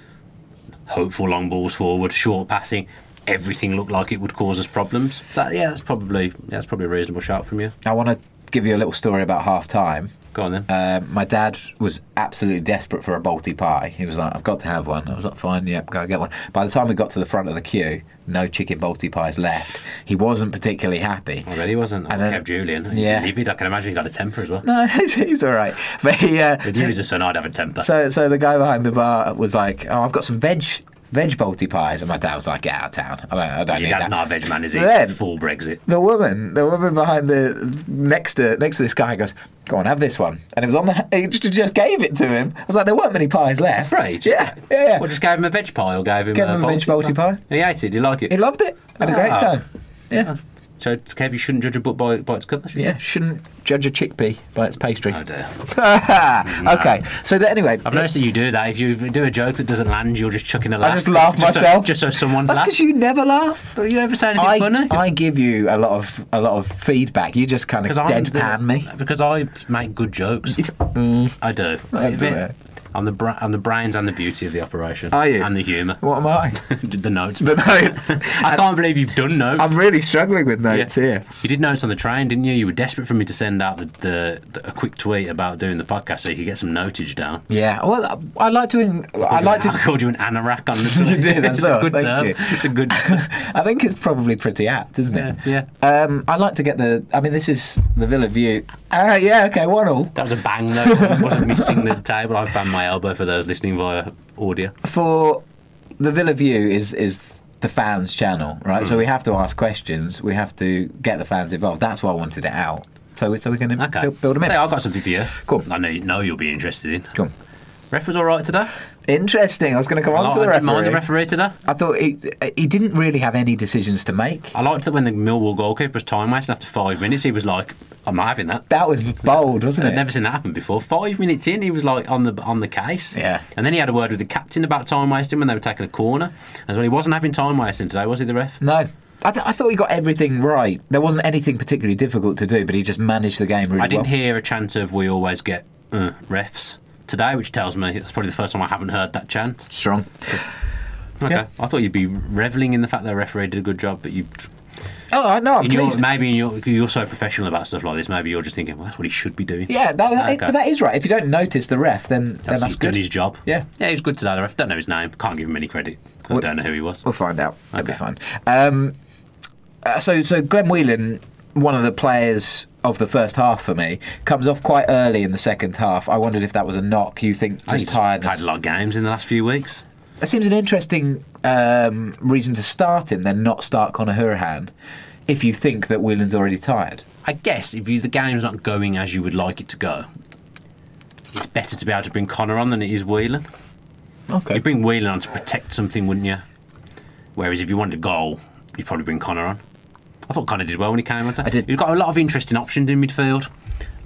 Speaker 4: hopeful long balls forward, short passing, everything looked like it would cause us problems. That, yeah, that's probably yeah, that's probably a reasonable shout from you.
Speaker 3: I want to give you a little story about half time.
Speaker 4: Go on then.
Speaker 3: Uh, my dad was absolutely desperate for a Balti pie. He was like, I've got to have one. I was like, fine, yep, go and get one. By the time we got to the front of the queue, no chicken Balti pies left. He wasn't particularly happy.
Speaker 4: Already wasn't. I
Speaker 3: and then-
Speaker 4: Kev Julian. He's
Speaker 3: yeah.
Speaker 4: livid. I can imagine he got a temper as well.
Speaker 3: No, (laughs) he's, he's all right. But he, uh,
Speaker 4: If he was a son, I'd have a temper.
Speaker 3: so, so the guy behind the bar was like, oh, I've got some veg veg Balti pies. And my dad was like, get out of town. I don't, I don't
Speaker 4: Your
Speaker 3: need
Speaker 4: dad's
Speaker 3: that.
Speaker 4: not a veg man, is he?
Speaker 3: Then-
Speaker 4: Full Brexit.
Speaker 3: the woman, the woman behind the next to next to this guy goes, "Go on, have this one." And it was on the. (laughs) He j- just gave it to him. I was like, there weren't many pies left.
Speaker 4: Afraid?
Speaker 3: Yeah, yeah, yeah.
Speaker 4: Well, just gave him a veg pie or gave him
Speaker 3: Gave
Speaker 4: a,
Speaker 3: him a veg
Speaker 4: Balti
Speaker 3: Balti pie.
Speaker 4: And he ate it. Did he like it?
Speaker 3: he loved it. Had a great
Speaker 4: Wow.
Speaker 3: time. Yeah,
Speaker 4: So, Kev, you shouldn't judge a book by, by its cover, should you?
Speaker 3: yeah. Shouldn't judge a chickpea by its pastry.
Speaker 4: Oh dear.
Speaker 3: (laughs) okay. So that anyway.
Speaker 4: I've noticed that you do that. If you do a joke that doesn't land, you'll just chuck in a laugh.
Speaker 3: I just laugh
Speaker 4: so-
Speaker 3: myself.
Speaker 4: just so someone's
Speaker 3: That's
Speaker 4: laughs.
Speaker 3: because you never laugh.
Speaker 4: But you never say anything
Speaker 3: I,
Speaker 4: funny.
Speaker 3: I give you a lot of a lot of feedback. You just kind of
Speaker 4: (laughs) 'Cause I'm
Speaker 3: deadpan
Speaker 4: the-
Speaker 3: me. Mm.
Speaker 4: Because I make
Speaker 3: (laughs)
Speaker 4: good jokes. I do.
Speaker 3: I do
Speaker 4: admit.
Speaker 3: it.
Speaker 4: I'm the bra- I'm the brains and the beauty of the operation.
Speaker 3: Are you?
Speaker 4: And the humour.
Speaker 3: What am I?
Speaker 4: the notes.
Speaker 3: the (laughs) notes.
Speaker 4: I can't believe you've done notes.
Speaker 3: I'm really struggling with notes
Speaker 4: Yeah.
Speaker 3: here.
Speaker 4: You did notice on the train, didn't you? You were desperate for me to send out the, the, the a quick tweet about doing the podcast so you could get some notage down.
Speaker 3: Yeah. Well, I- I like to. en- I like
Speaker 4: I
Speaker 3: (laughs) to.
Speaker 4: called you an anorak on the
Speaker 3: (laughs)
Speaker 4: tweet.
Speaker 3: did, I
Speaker 4: it's
Speaker 3: saw.
Speaker 4: a good
Speaker 3: Thank
Speaker 4: term.
Speaker 3: you.
Speaker 4: It's
Speaker 3: (laughs)
Speaker 4: a good.
Speaker 3: I think it's probably pretty apt, isn't it?
Speaker 4: Yeah,
Speaker 3: Um, I like to get the. I mean, this is the Villa View. Uh, yeah. Okay. One all
Speaker 4: That was a bang though. I wasn't missing the table. I banged my elbow for those listening via audio.
Speaker 3: for the Villa View is is the fans' channel, right?
Speaker 4: Hmm.
Speaker 3: So we have to ask questions. We have to get the fans involved. That's why I wanted it out. So we- so we're going to
Speaker 4: Okay.
Speaker 3: build, build them in.
Speaker 4: Hey, I've got something for you.
Speaker 3: Cool.
Speaker 4: I know, know you'll be interested in.
Speaker 3: Cool.
Speaker 4: Ref was all right today.
Speaker 3: Interesting. I was going to come on
Speaker 4: I
Speaker 3: to the
Speaker 4: didn't mind the
Speaker 3: referee.
Speaker 4: referee today.
Speaker 3: I thought he he didn't really have any decisions to make.
Speaker 4: I liked that when the Millwall goalkeeper was time wasting after five minutes, he was like, "I'm not having that."
Speaker 3: That was bold, wasn't
Speaker 4: I've
Speaker 3: it?
Speaker 4: never seen that happen before. Five minutes in, he was like on the on the case.
Speaker 3: Yeah.
Speaker 4: And then he had a word with the captain about time wasting when they were taking a corner. As well, he wasn't having time wasting today, was he? The ref.
Speaker 3: No. I, th- I thought he got everything right. There wasn't anything particularly difficult to do, but he just managed the game really
Speaker 4: I didn't
Speaker 3: well.
Speaker 4: hear a chant of "We always get uh, refs" today, which tells me that's probably the first time I haven't heard that chant.
Speaker 3: Strong.
Speaker 4: Okay,
Speaker 3: Yeah.
Speaker 4: I thought you'd be reveling in the fact that the referee did a good job, but you,
Speaker 3: Oh, I know. I'm
Speaker 4: in your,
Speaker 3: pleased.
Speaker 4: maybe in your, you're so professional about stuff like this. Maybe you're just thinking, well, that's what he should be doing.
Speaker 3: yeah, that, that,
Speaker 4: Okay.
Speaker 3: but that is right. If you don't notice the ref, then that's, then
Speaker 4: That's-
Speaker 3: that's
Speaker 4: he's done
Speaker 3: good.
Speaker 4: his job.
Speaker 3: Yeah.
Speaker 4: yeah, he was good today. The ref. Don't know his name. Can't give him any credit. 'cause
Speaker 3: Well-
Speaker 4: I don't know who he was.
Speaker 3: We'll find out. That'll be
Speaker 4: Okay.
Speaker 3: fine. Um, uh, so, so Glenn Whelan, one of the players of the first half for me, comes off quite early in the second half. I wondered if that was a knock. You think
Speaker 4: I think
Speaker 3: just
Speaker 4: he's
Speaker 3: tired?
Speaker 4: Played a lot of games in the last few weeks.
Speaker 3: That seems an interesting um, reason to start him, then not start Conor Hurahan, if you think that Whelan's already tired.
Speaker 4: I guess if you, the game's not going as you would like it to go, it's better to be able to bring Connor on than it is Whelan.
Speaker 3: Okay.
Speaker 4: You'd bring Whelan on to protect something, wouldn't you? Whereas if you wanted a goal, you'd probably bring Connor on. I thought Connor did well when he came on. I
Speaker 3: did.
Speaker 4: You've got a lot of interesting options in midfield.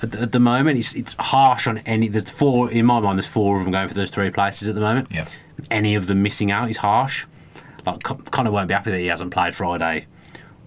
Speaker 4: At the, at the moment, it's it's harsh on any. There's four in my mind. There's four of them going for those three places at the moment.
Speaker 3: Yeah.
Speaker 4: Any of them missing out is harsh. Like Con- Connor won't be happy that he hasn't played Friday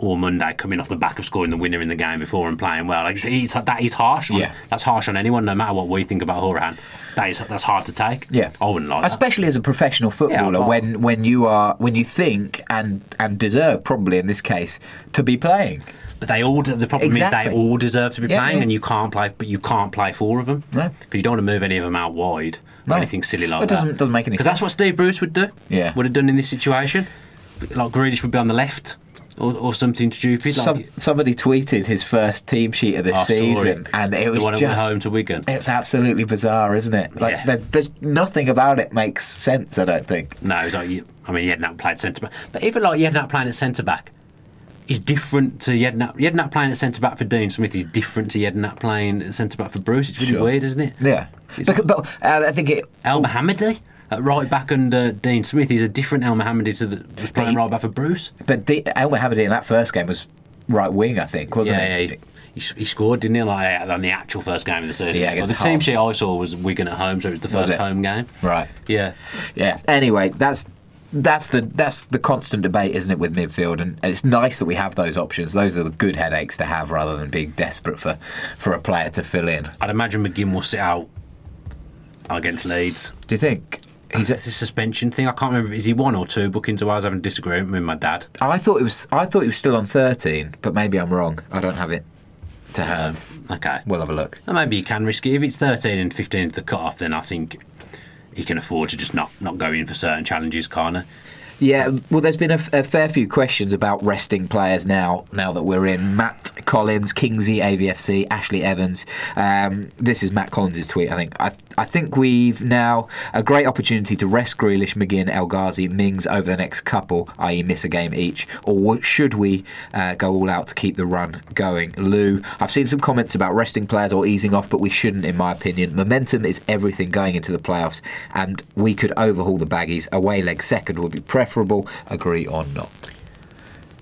Speaker 4: all Monday coming off the back of scoring the winner in the game before and playing well. Like he's, that is harsh. On,
Speaker 3: Yeah.
Speaker 4: That's harsh on anyone, no matter what we think about Horan. That is that's hard to take.
Speaker 3: Yeah,
Speaker 4: I wouldn't like that.
Speaker 3: Especially as a professional footballer,
Speaker 4: well-
Speaker 3: when when you are when you think and and deserve probably in this case to be playing.
Speaker 4: But they all de- the problem is
Speaker 3: Exactly.
Speaker 4: they all deserve to be
Speaker 3: Yeah,
Speaker 4: playing,
Speaker 3: yeah.
Speaker 4: and you can't play. But you can't play four of them
Speaker 3: No.
Speaker 4: because you don't want to move any of them out wide
Speaker 3: No.
Speaker 4: or anything silly like
Speaker 3: It doesn't-
Speaker 4: that.
Speaker 3: doesn't make any
Speaker 4: Because that's what Steve Bruce would do.
Speaker 3: Yeah.
Speaker 4: would have done in this situation. Like Grealish would be on the left or, or something stupid. Like,
Speaker 3: Some, somebody tweeted his first team sheet of this
Speaker 4: I saw it.
Speaker 3: season, and it was
Speaker 4: the one that went
Speaker 3: just
Speaker 4: home to Wigan.
Speaker 3: it's absolutely bizarre, isn't it? Like
Speaker 4: Yeah.
Speaker 3: there's, there's nothing about it makes sense. I don't think.
Speaker 4: No, it's like you, I mean, Yednat played centre back, but even like Yednat playing at centre back is different to Yednat. Yednat playing at centre back for Dean Smith is different to Yednat playing at centre back for Bruce. It's really
Speaker 3: Sure.
Speaker 4: weird, isn't it?
Speaker 3: Yeah,
Speaker 4: It's-
Speaker 3: but, but uh, I think it.
Speaker 4: El Mohammedi at right back under Dean Smith is a different El Mohammedi to the was playing
Speaker 3: he-
Speaker 4: right back for Bruce.
Speaker 3: But the, El Mohammedi in that first game was right wing, I think, wasn't
Speaker 4: Yeah,
Speaker 3: it?
Speaker 4: yeah. He, he scored, didn't he? Like on the actual first game of the season.
Speaker 3: Yeah,
Speaker 4: Well,
Speaker 3: against
Speaker 4: the team
Speaker 3: Hull.
Speaker 4: sheet I saw was Wigan at home, so it was the
Speaker 3: Was
Speaker 4: first
Speaker 3: it?
Speaker 4: home game.
Speaker 3: Right.
Speaker 4: Yeah.
Speaker 3: Yeah. Anyway, that's that's the that's the constant debate, isn't it, with midfield? And it's nice that we have those options. Those are the good headaches to have, rather than being desperate for for a player to fill in.
Speaker 4: I'd imagine McGinn will sit out against Leeds.
Speaker 3: Do you think?
Speaker 4: He's it's a suspension thing. I can't remember. Is he one or two bookings? Or I was having a disagreement with my dad.
Speaker 3: I thought it was. I thought he was still on thirteen, but maybe I'm wrong. I don't have it to
Speaker 4: Um,
Speaker 3: hand.
Speaker 4: okay.
Speaker 3: We'll have a look.
Speaker 4: And maybe you can risk it. If it's 13 and 15 to the cut off, then I think he can afford to just not, not go in for certain challenges, Connor.
Speaker 3: Yeah, well, there's been a, f- a fair few questions about resting players now. Now that we're in, Matt Collins, Kingsley, AVFC, Ashley Evans. Um, this is Matt Collins' tweet. I think. I, I think we've now a great opportunity to rest Grealish, McGinn, El Ghazi, Mings over the next couple, i.e., miss a game each. Or what, should we uh, go all out to keep the run going? Lou, I've seen some comments about resting players or easing off, but we shouldn't, in my opinion. Momentum is everything going into the playoffs, and we could overhaul the baggies. Away leg second would be preferable. Agree or not?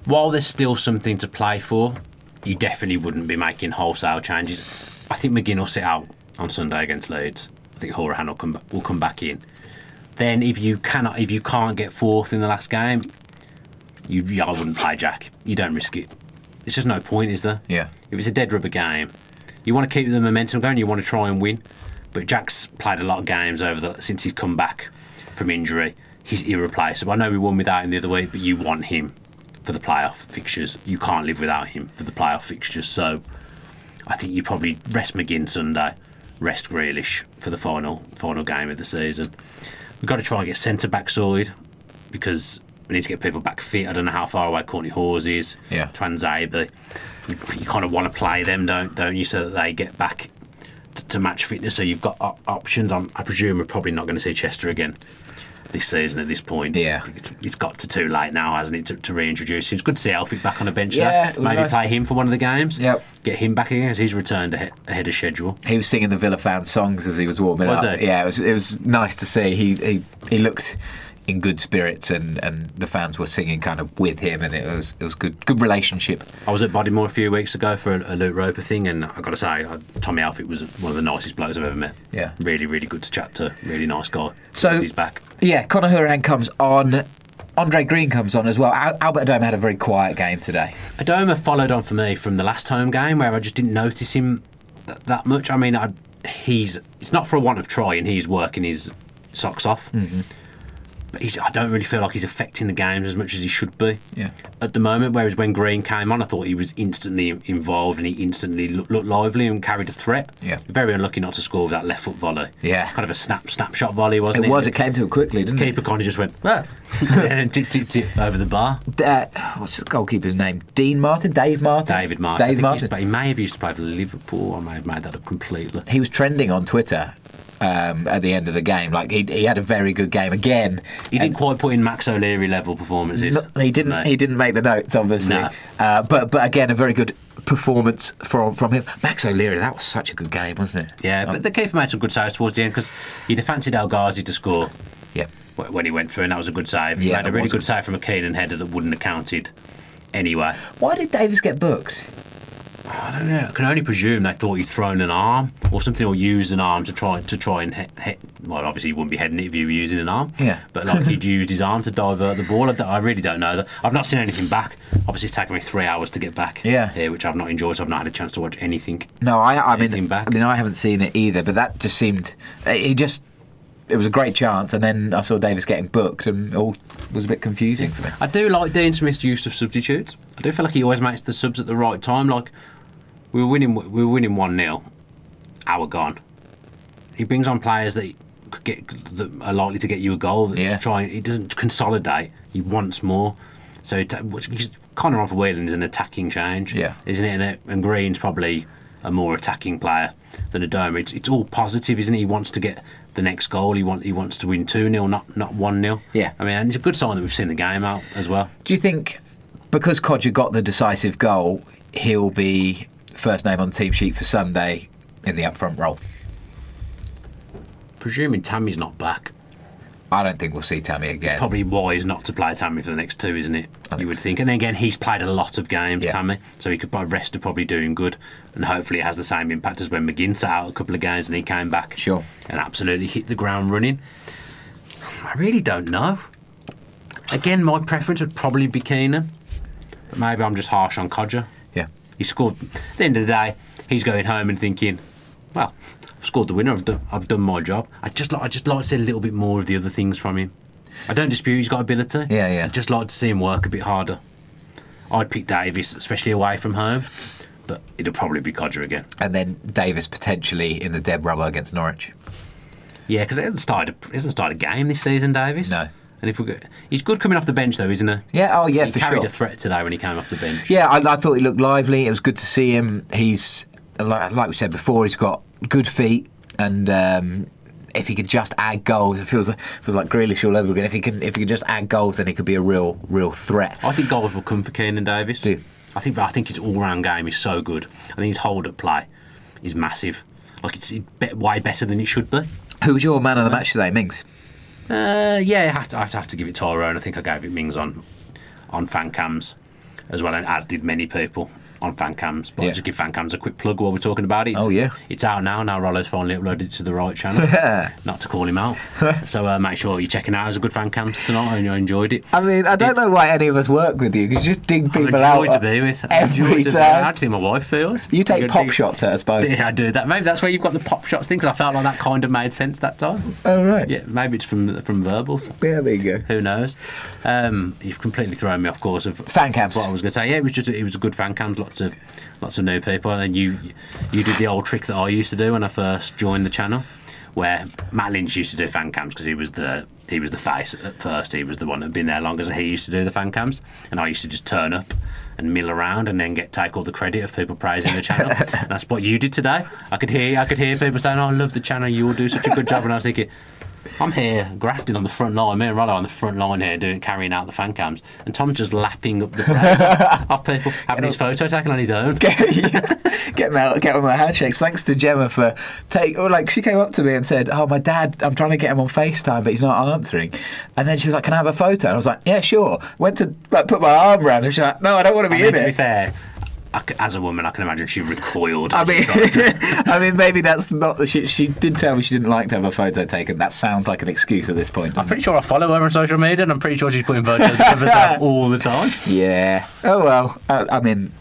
Speaker 4: While there's still something to play for, you definitely wouldn't be making wholesale changes. I think McGinn will sit out on Sunday against Leeds. I think Horahan will come, ba- will come back in. Then if you cannot, if you can't get fourth in the last game, you, yeah, I wouldn't play Jack. You don't risk it. There's just no point, is there?
Speaker 3: Yeah.
Speaker 4: If it's a dead rubber game, you want to keep the momentum going. You want to try and win. But Jack's played a lot of games over the since he's come back from injury. He's irreplaceable. I know we won without him the other week, but you want him for the playoff fixtures. You can't live without him for the playoff fixtures. So I think you probably rest McGinn Sunday, rest Grealish for the final final game of the season. We've got to try and get centre back sorted because we need to get people back fit. I don't know how far away Courtney Hawes is.
Speaker 3: Yeah.
Speaker 4: Transabe. You, you kind of want to play them, don't don't you, so that they get back to, to match fitness. So you've got op- options. I'm, I presume we're probably not going to see Chester again this season at this point.
Speaker 3: Yeah.
Speaker 4: It's, it's got to too late now, hasn't it, to, to reintroduce him. It's good to see Alfie back on a bench.
Speaker 3: Yeah,
Speaker 4: there.
Speaker 3: it was
Speaker 4: Maybe
Speaker 3: nice.
Speaker 4: play him for one of the games.
Speaker 3: Yep.
Speaker 4: Get him back again 'cause he's returned ahe- ahead of schedule.
Speaker 3: He was singing the Villa fan songs as he was warming
Speaker 4: Was
Speaker 3: up.
Speaker 4: he?
Speaker 3: Yeah, it was it was nice to see. He he, he looked in good spirits, and, and the fans were singing kind of with him, and it was it was good good relationship.
Speaker 4: I was at Bodymore a few weeks ago for a, a Luke Roper thing, and I got to say, uh, Tommy Alfie was one of the nicest blokes I've ever met.
Speaker 3: Yeah.
Speaker 4: Really, really good to chat to. Really nice guy.
Speaker 3: So-
Speaker 4: he's back.
Speaker 3: Yeah, Conor Horan comes on. Andre Green comes on as well. Al- Albert Dome had a very quiet game today.
Speaker 4: Adoma followed on for me from the last home game where I just didn't notice him th- that much. I mean, I, he's it's not for a want of trying. He's working his socks off,
Speaker 3: Mm-hmm.
Speaker 4: but he's, I don't really feel like he's affecting the games as much as he should be.
Speaker 3: Yeah.
Speaker 4: At the moment, whereas when Green came on, I thought he was instantly involved and he instantly loo- looked lively and carried a threat.
Speaker 3: Yeah.
Speaker 4: Very unlucky not to score with that left foot volley.
Speaker 3: Yeah.
Speaker 4: Kind of a snap snapshot volley, wasn't it?
Speaker 3: It was. It came to it quickly, didn't it?
Speaker 4: Keeper kind of just went,
Speaker 3: (laughs)
Speaker 4: "Ah," (laughs) and then tip, tip, tip over the bar.
Speaker 3: uh, what's the goalkeeper's name? Dean Martin, Dave Martin,
Speaker 4: David Martin. I
Speaker 3: Dave
Speaker 4: think he used
Speaker 3: Martin.
Speaker 4: to play- he may have used to play for Liverpool. I may have made that up completely.
Speaker 3: He was trending on Twitter um, at the end of the game. Like he, he had a very good game again.
Speaker 4: He didn't quite put in Max O'Leary level performances.
Speaker 3: No, he didn't.
Speaker 4: No.
Speaker 3: He didn't make the notes, obviously.
Speaker 4: No.
Speaker 3: Uh, but but again, a very good performance from from him. Max O'Leary, that was such a good game, wasn't it?
Speaker 4: Yeah, but the keeper made some good saves towards the end because you'd have fancied El Ghazi to score
Speaker 3: Yeah.
Speaker 4: wh- when he went through, and that was a good save. He
Speaker 3: Yeah,
Speaker 4: had a
Speaker 3: that
Speaker 4: really
Speaker 3: was
Speaker 4: good
Speaker 3: good.
Speaker 4: save from a Keenan header that wouldn't have counted anyway.
Speaker 3: Why did Davis get booked?
Speaker 4: I don't know. I can only presume they thought he'd thrown an arm or something, or used an arm to try to try and he- he- well, obviously he wouldn't be heading it if he were using an arm.
Speaker 3: Yeah. (laughs)
Speaker 4: But like he'd used his arm to divert the ball. I, d- I really don't know. I've not seen anything back. Obviously, it's taken me three hours to get back.
Speaker 3: Yeah.
Speaker 4: Here, which I've not enjoyed. So I've not had a chance to watch anything.
Speaker 3: No, I, I
Speaker 4: Anything
Speaker 3: mean,
Speaker 4: back?
Speaker 3: I mean, I haven't seen it either. But that just seemed, it just, it was a great chance, and then I saw Davis getting booked, and it all was a bit confusing for me.
Speaker 4: I do like Dean Smith's use of substitutes. I do feel like he always makes the subs at the right time. Like we were winning, we were winning one 0 Hour gone. He brings on players that could get that are likely to get you a goal. That
Speaker 3: Yeah.
Speaker 4: yeah. Try. He doesn't consolidate. He wants more. So he ta- which- he's Connor off Whelan's an attacking change.
Speaker 3: Yeah.
Speaker 4: Isn't it? And, and Green's probably a more attacking player than a Dome. It's, it's all positive, isn't it? He wants to get the next goal. He want he wants to win two 0 not not one 0
Speaker 3: Yeah.
Speaker 4: I mean, and it's a good sign that we've seen the game out as well.
Speaker 3: Do you think because Codger got the decisive goal, he'll be first name on the team sheet for Sunday in the upfront role?
Speaker 4: Presuming Tammy's not back,
Speaker 3: I don't think we'll see Tammy again.
Speaker 4: it's probably wise not to play Tammy for the next two, isn't it? You would think. And again, he's played a lot of games,
Speaker 3: Yeah.
Speaker 4: Tammy, so he could probably rest to probably doing good. And hopefully, it has the same impact as when McGinn sat out a couple of games and he came back.
Speaker 3: Sure.
Speaker 4: And absolutely hit the ground running. I really don't know. Again, my preference would probably be Keenan, but maybe I'm just harsh on Codger.
Speaker 3: yeah.
Speaker 4: He scored. At the end of the day, he's going home and thinking, "Well, I've scored the winner. I've done, I've done my job. I just like, I just like to see a little bit more of the other things from him. I don't dispute he's got ability.
Speaker 3: Yeah, yeah.
Speaker 4: I just like to see him work a bit harder. I'd pick Davis, especially away from home, but it'll probably be Codger again.
Speaker 3: And then Davis potentially in the dead rubber against Norwich.
Speaker 4: Yeah, because it hasn't started. It hasn't started a game this season, Davis.
Speaker 3: No.
Speaker 4: And if we go, he's good coming off the bench though, isn't he?
Speaker 3: Yeah. Oh, yeah,
Speaker 4: He
Speaker 3: for
Speaker 4: carried
Speaker 3: sure.
Speaker 4: a threat today when he came off the bench.
Speaker 3: Yeah, I, I thought he looked lively. It was good to see him. He's like, like we said before, he's got good feet, and um, if he could just add goals, it feels like, feels like Grealish all over again. If he can, if he could just add goals, then he could be a real, real threat.
Speaker 4: I think goals will come for Keenan Davis.
Speaker 3: Do you?
Speaker 4: I think, but I think his all-round game is so good. I think his hold-up play is massive. Like it's be- way better than it should be.
Speaker 3: Who was your man of the match today, Mings?
Speaker 4: Uh, yeah, I have, to, I have to give it Tyrone. I think I gave it Mings on on fan cams as well, and as did many people on fan cams. But
Speaker 3: Yeah.
Speaker 4: I'll just give fan cams a quick plug while we're talking about it. It's-
Speaker 3: Oh, yeah.
Speaker 4: it's out now. Now Rollo's finally uploaded it to the right (laughs) channel. Not to call him (laughs) out. so uh, make sure you check it out. It was a good fan cams tonight. I enjoyed it.
Speaker 3: I mean, I don't know why any of us work with you because you just dig people
Speaker 4: I'm a
Speaker 3: out
Speaker 4: joy to be with. I'm a joy
Speaker 3: every
Speaker 4: to be-
Speaker 3: time.
Speaker 4: Actually, my wife feels.
Speaker 3: You take
Speaker 4: Good
Speaker 3: pop
Speaker 4: thing.
Speaker 3: shots at us both.
Speaker 4: (laughs) Yeah, I do that. Maybe that's where you've got the pop shots thing. Because I felt like that kind of made sense that time.
Speaker 3: Oh right.
Speaker 4: Yeah, maybe it's from from verbals.
Speaker 3: Yeah, there you go.
Speaker 4: Who knows? Um, you've completely thrown me off course of
Speaker 3: Fan cams.
Speaker 4: What I was going to say. Yeah, it was just it was a good fan cams. Lots of lots of new people, and you you did the old trick that I used to do when I first joined the channel, where Matt Lynch used to do fan cams because he was the he was the face at first. He was the one that had been there longest. and He used to do the fan cams, and I used to just turn up and mill around and then get take all the credit of people praising the channel.
Speaker 3: (laughs)
Speaker 4: And that's what you did today. I could hear I could hear people saying, "Oh, "I love the channel. You all do such a good job," and I was thinking. I'm here grafting on the front line. Me and Rollo on the front line here doing carrying out the fan cams, and Tom's just
Speaker 3: (laughs)
Speaker 4: lapping up the parade off people, having his photo taken on his own.
Speaker 3: (laughs) getting out, getting my handshakes. Thanks to Gemma for take. Or like she came up to me and said, "Oh, my dad, I'm trying to get him on Facetime, but he's not answering." And then she was like, "Can I have a photo?" And I was like, "Yeah, sure." Went to like put my arm around her. She's like, "No, I don't want to
Speaker 4: I
Speaker 3: be in
Speaker 4: mean, to
Speaker 3: it."
Speaker 4: be fair, I c as a woman, I can imagine she recoiled.
Speaker 3: I mean, (laughs) I mean, maybe that's not the. She, she did tell me she didn't like to have a photo taken. That sounds like an excuse at this point.
Speaker 4: I'm
Speaker 3: doesn't it?
Speaker 4: pretty sure I follow her on social media, and I'm pretty sure she's putting photos
Speaker 3: (laughs)
Speaker 4: of herself all the time.
Speaker 3: Yeah. Oh well. I, I mean,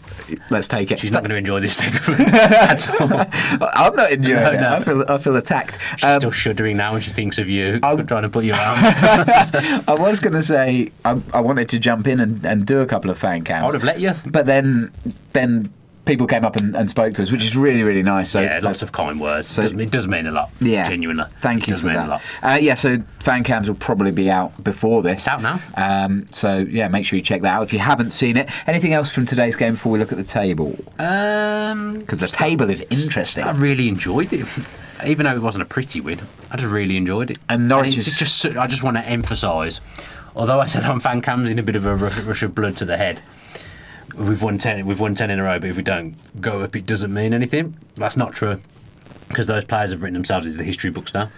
Speaker 3: let's take it.
Speaker 4: She's not going to enjoy
Speaker 3: (laughs)
Speaker 4: this segment at all.
Speaker 3: I'm not enjoying
Speaker 4: No,
Speaker 3: it.
Speaker 4: no.
Speaker 3: I feel I feel attacked.
Speaker 4: She's
Speaker 3: Um,
Speaker 4: still shuddering now when she thinks of you,
Speaker 3: I'm-
Speaker 4: trying to put you out.
Speaker 3: (laughs) I was going to say I, I wanted to jump in and, and do a couple of fan cams.
Speaker 4: I would have let you.
Speaker 3: But then then people came up and, and spoke to us, which is really really nice. So
Speaker 4: Yeah,
Speaker 3: so-
Speaker 4: lots of kind words. it, does, it does mean a lot.
Speaker 3: yeah,
Speaker 4: genuinely.
Speaker 3: Thank
Speaker 4: it
Speaker 3: you
Speaker 4: does
Speaker 3: for
Speaker 4: mean
Speaker 3: that.
Speaker 4: a lot.
Speaker 3: Uh, yeah, so fan cams will probably be out before this.
Speaker 4: It's out now.
Speaker 3: Um, so yeah, make sure you check that out if you haven't seen it. Anything else from today's game before we look at the table?
Speaker 4: Um,
Speaker 3: Because the table is interesting.
Speaker 4: I really enjoyed it, (laughs) even though it wasn't a pretty win. I just really enjoyed it.
Speaker 3: And Norwich
Speaker 4: it's
Speaker 3: is-
Speaker 4: just. so- I just want to emphasise, although I said on fan cams in a bit of a rush, rush of blood to the head. We've won ten. We've won ten in a row, but if we don't go up, it doesn't mean anything. That's not true, because those players have written themselves into the history books now.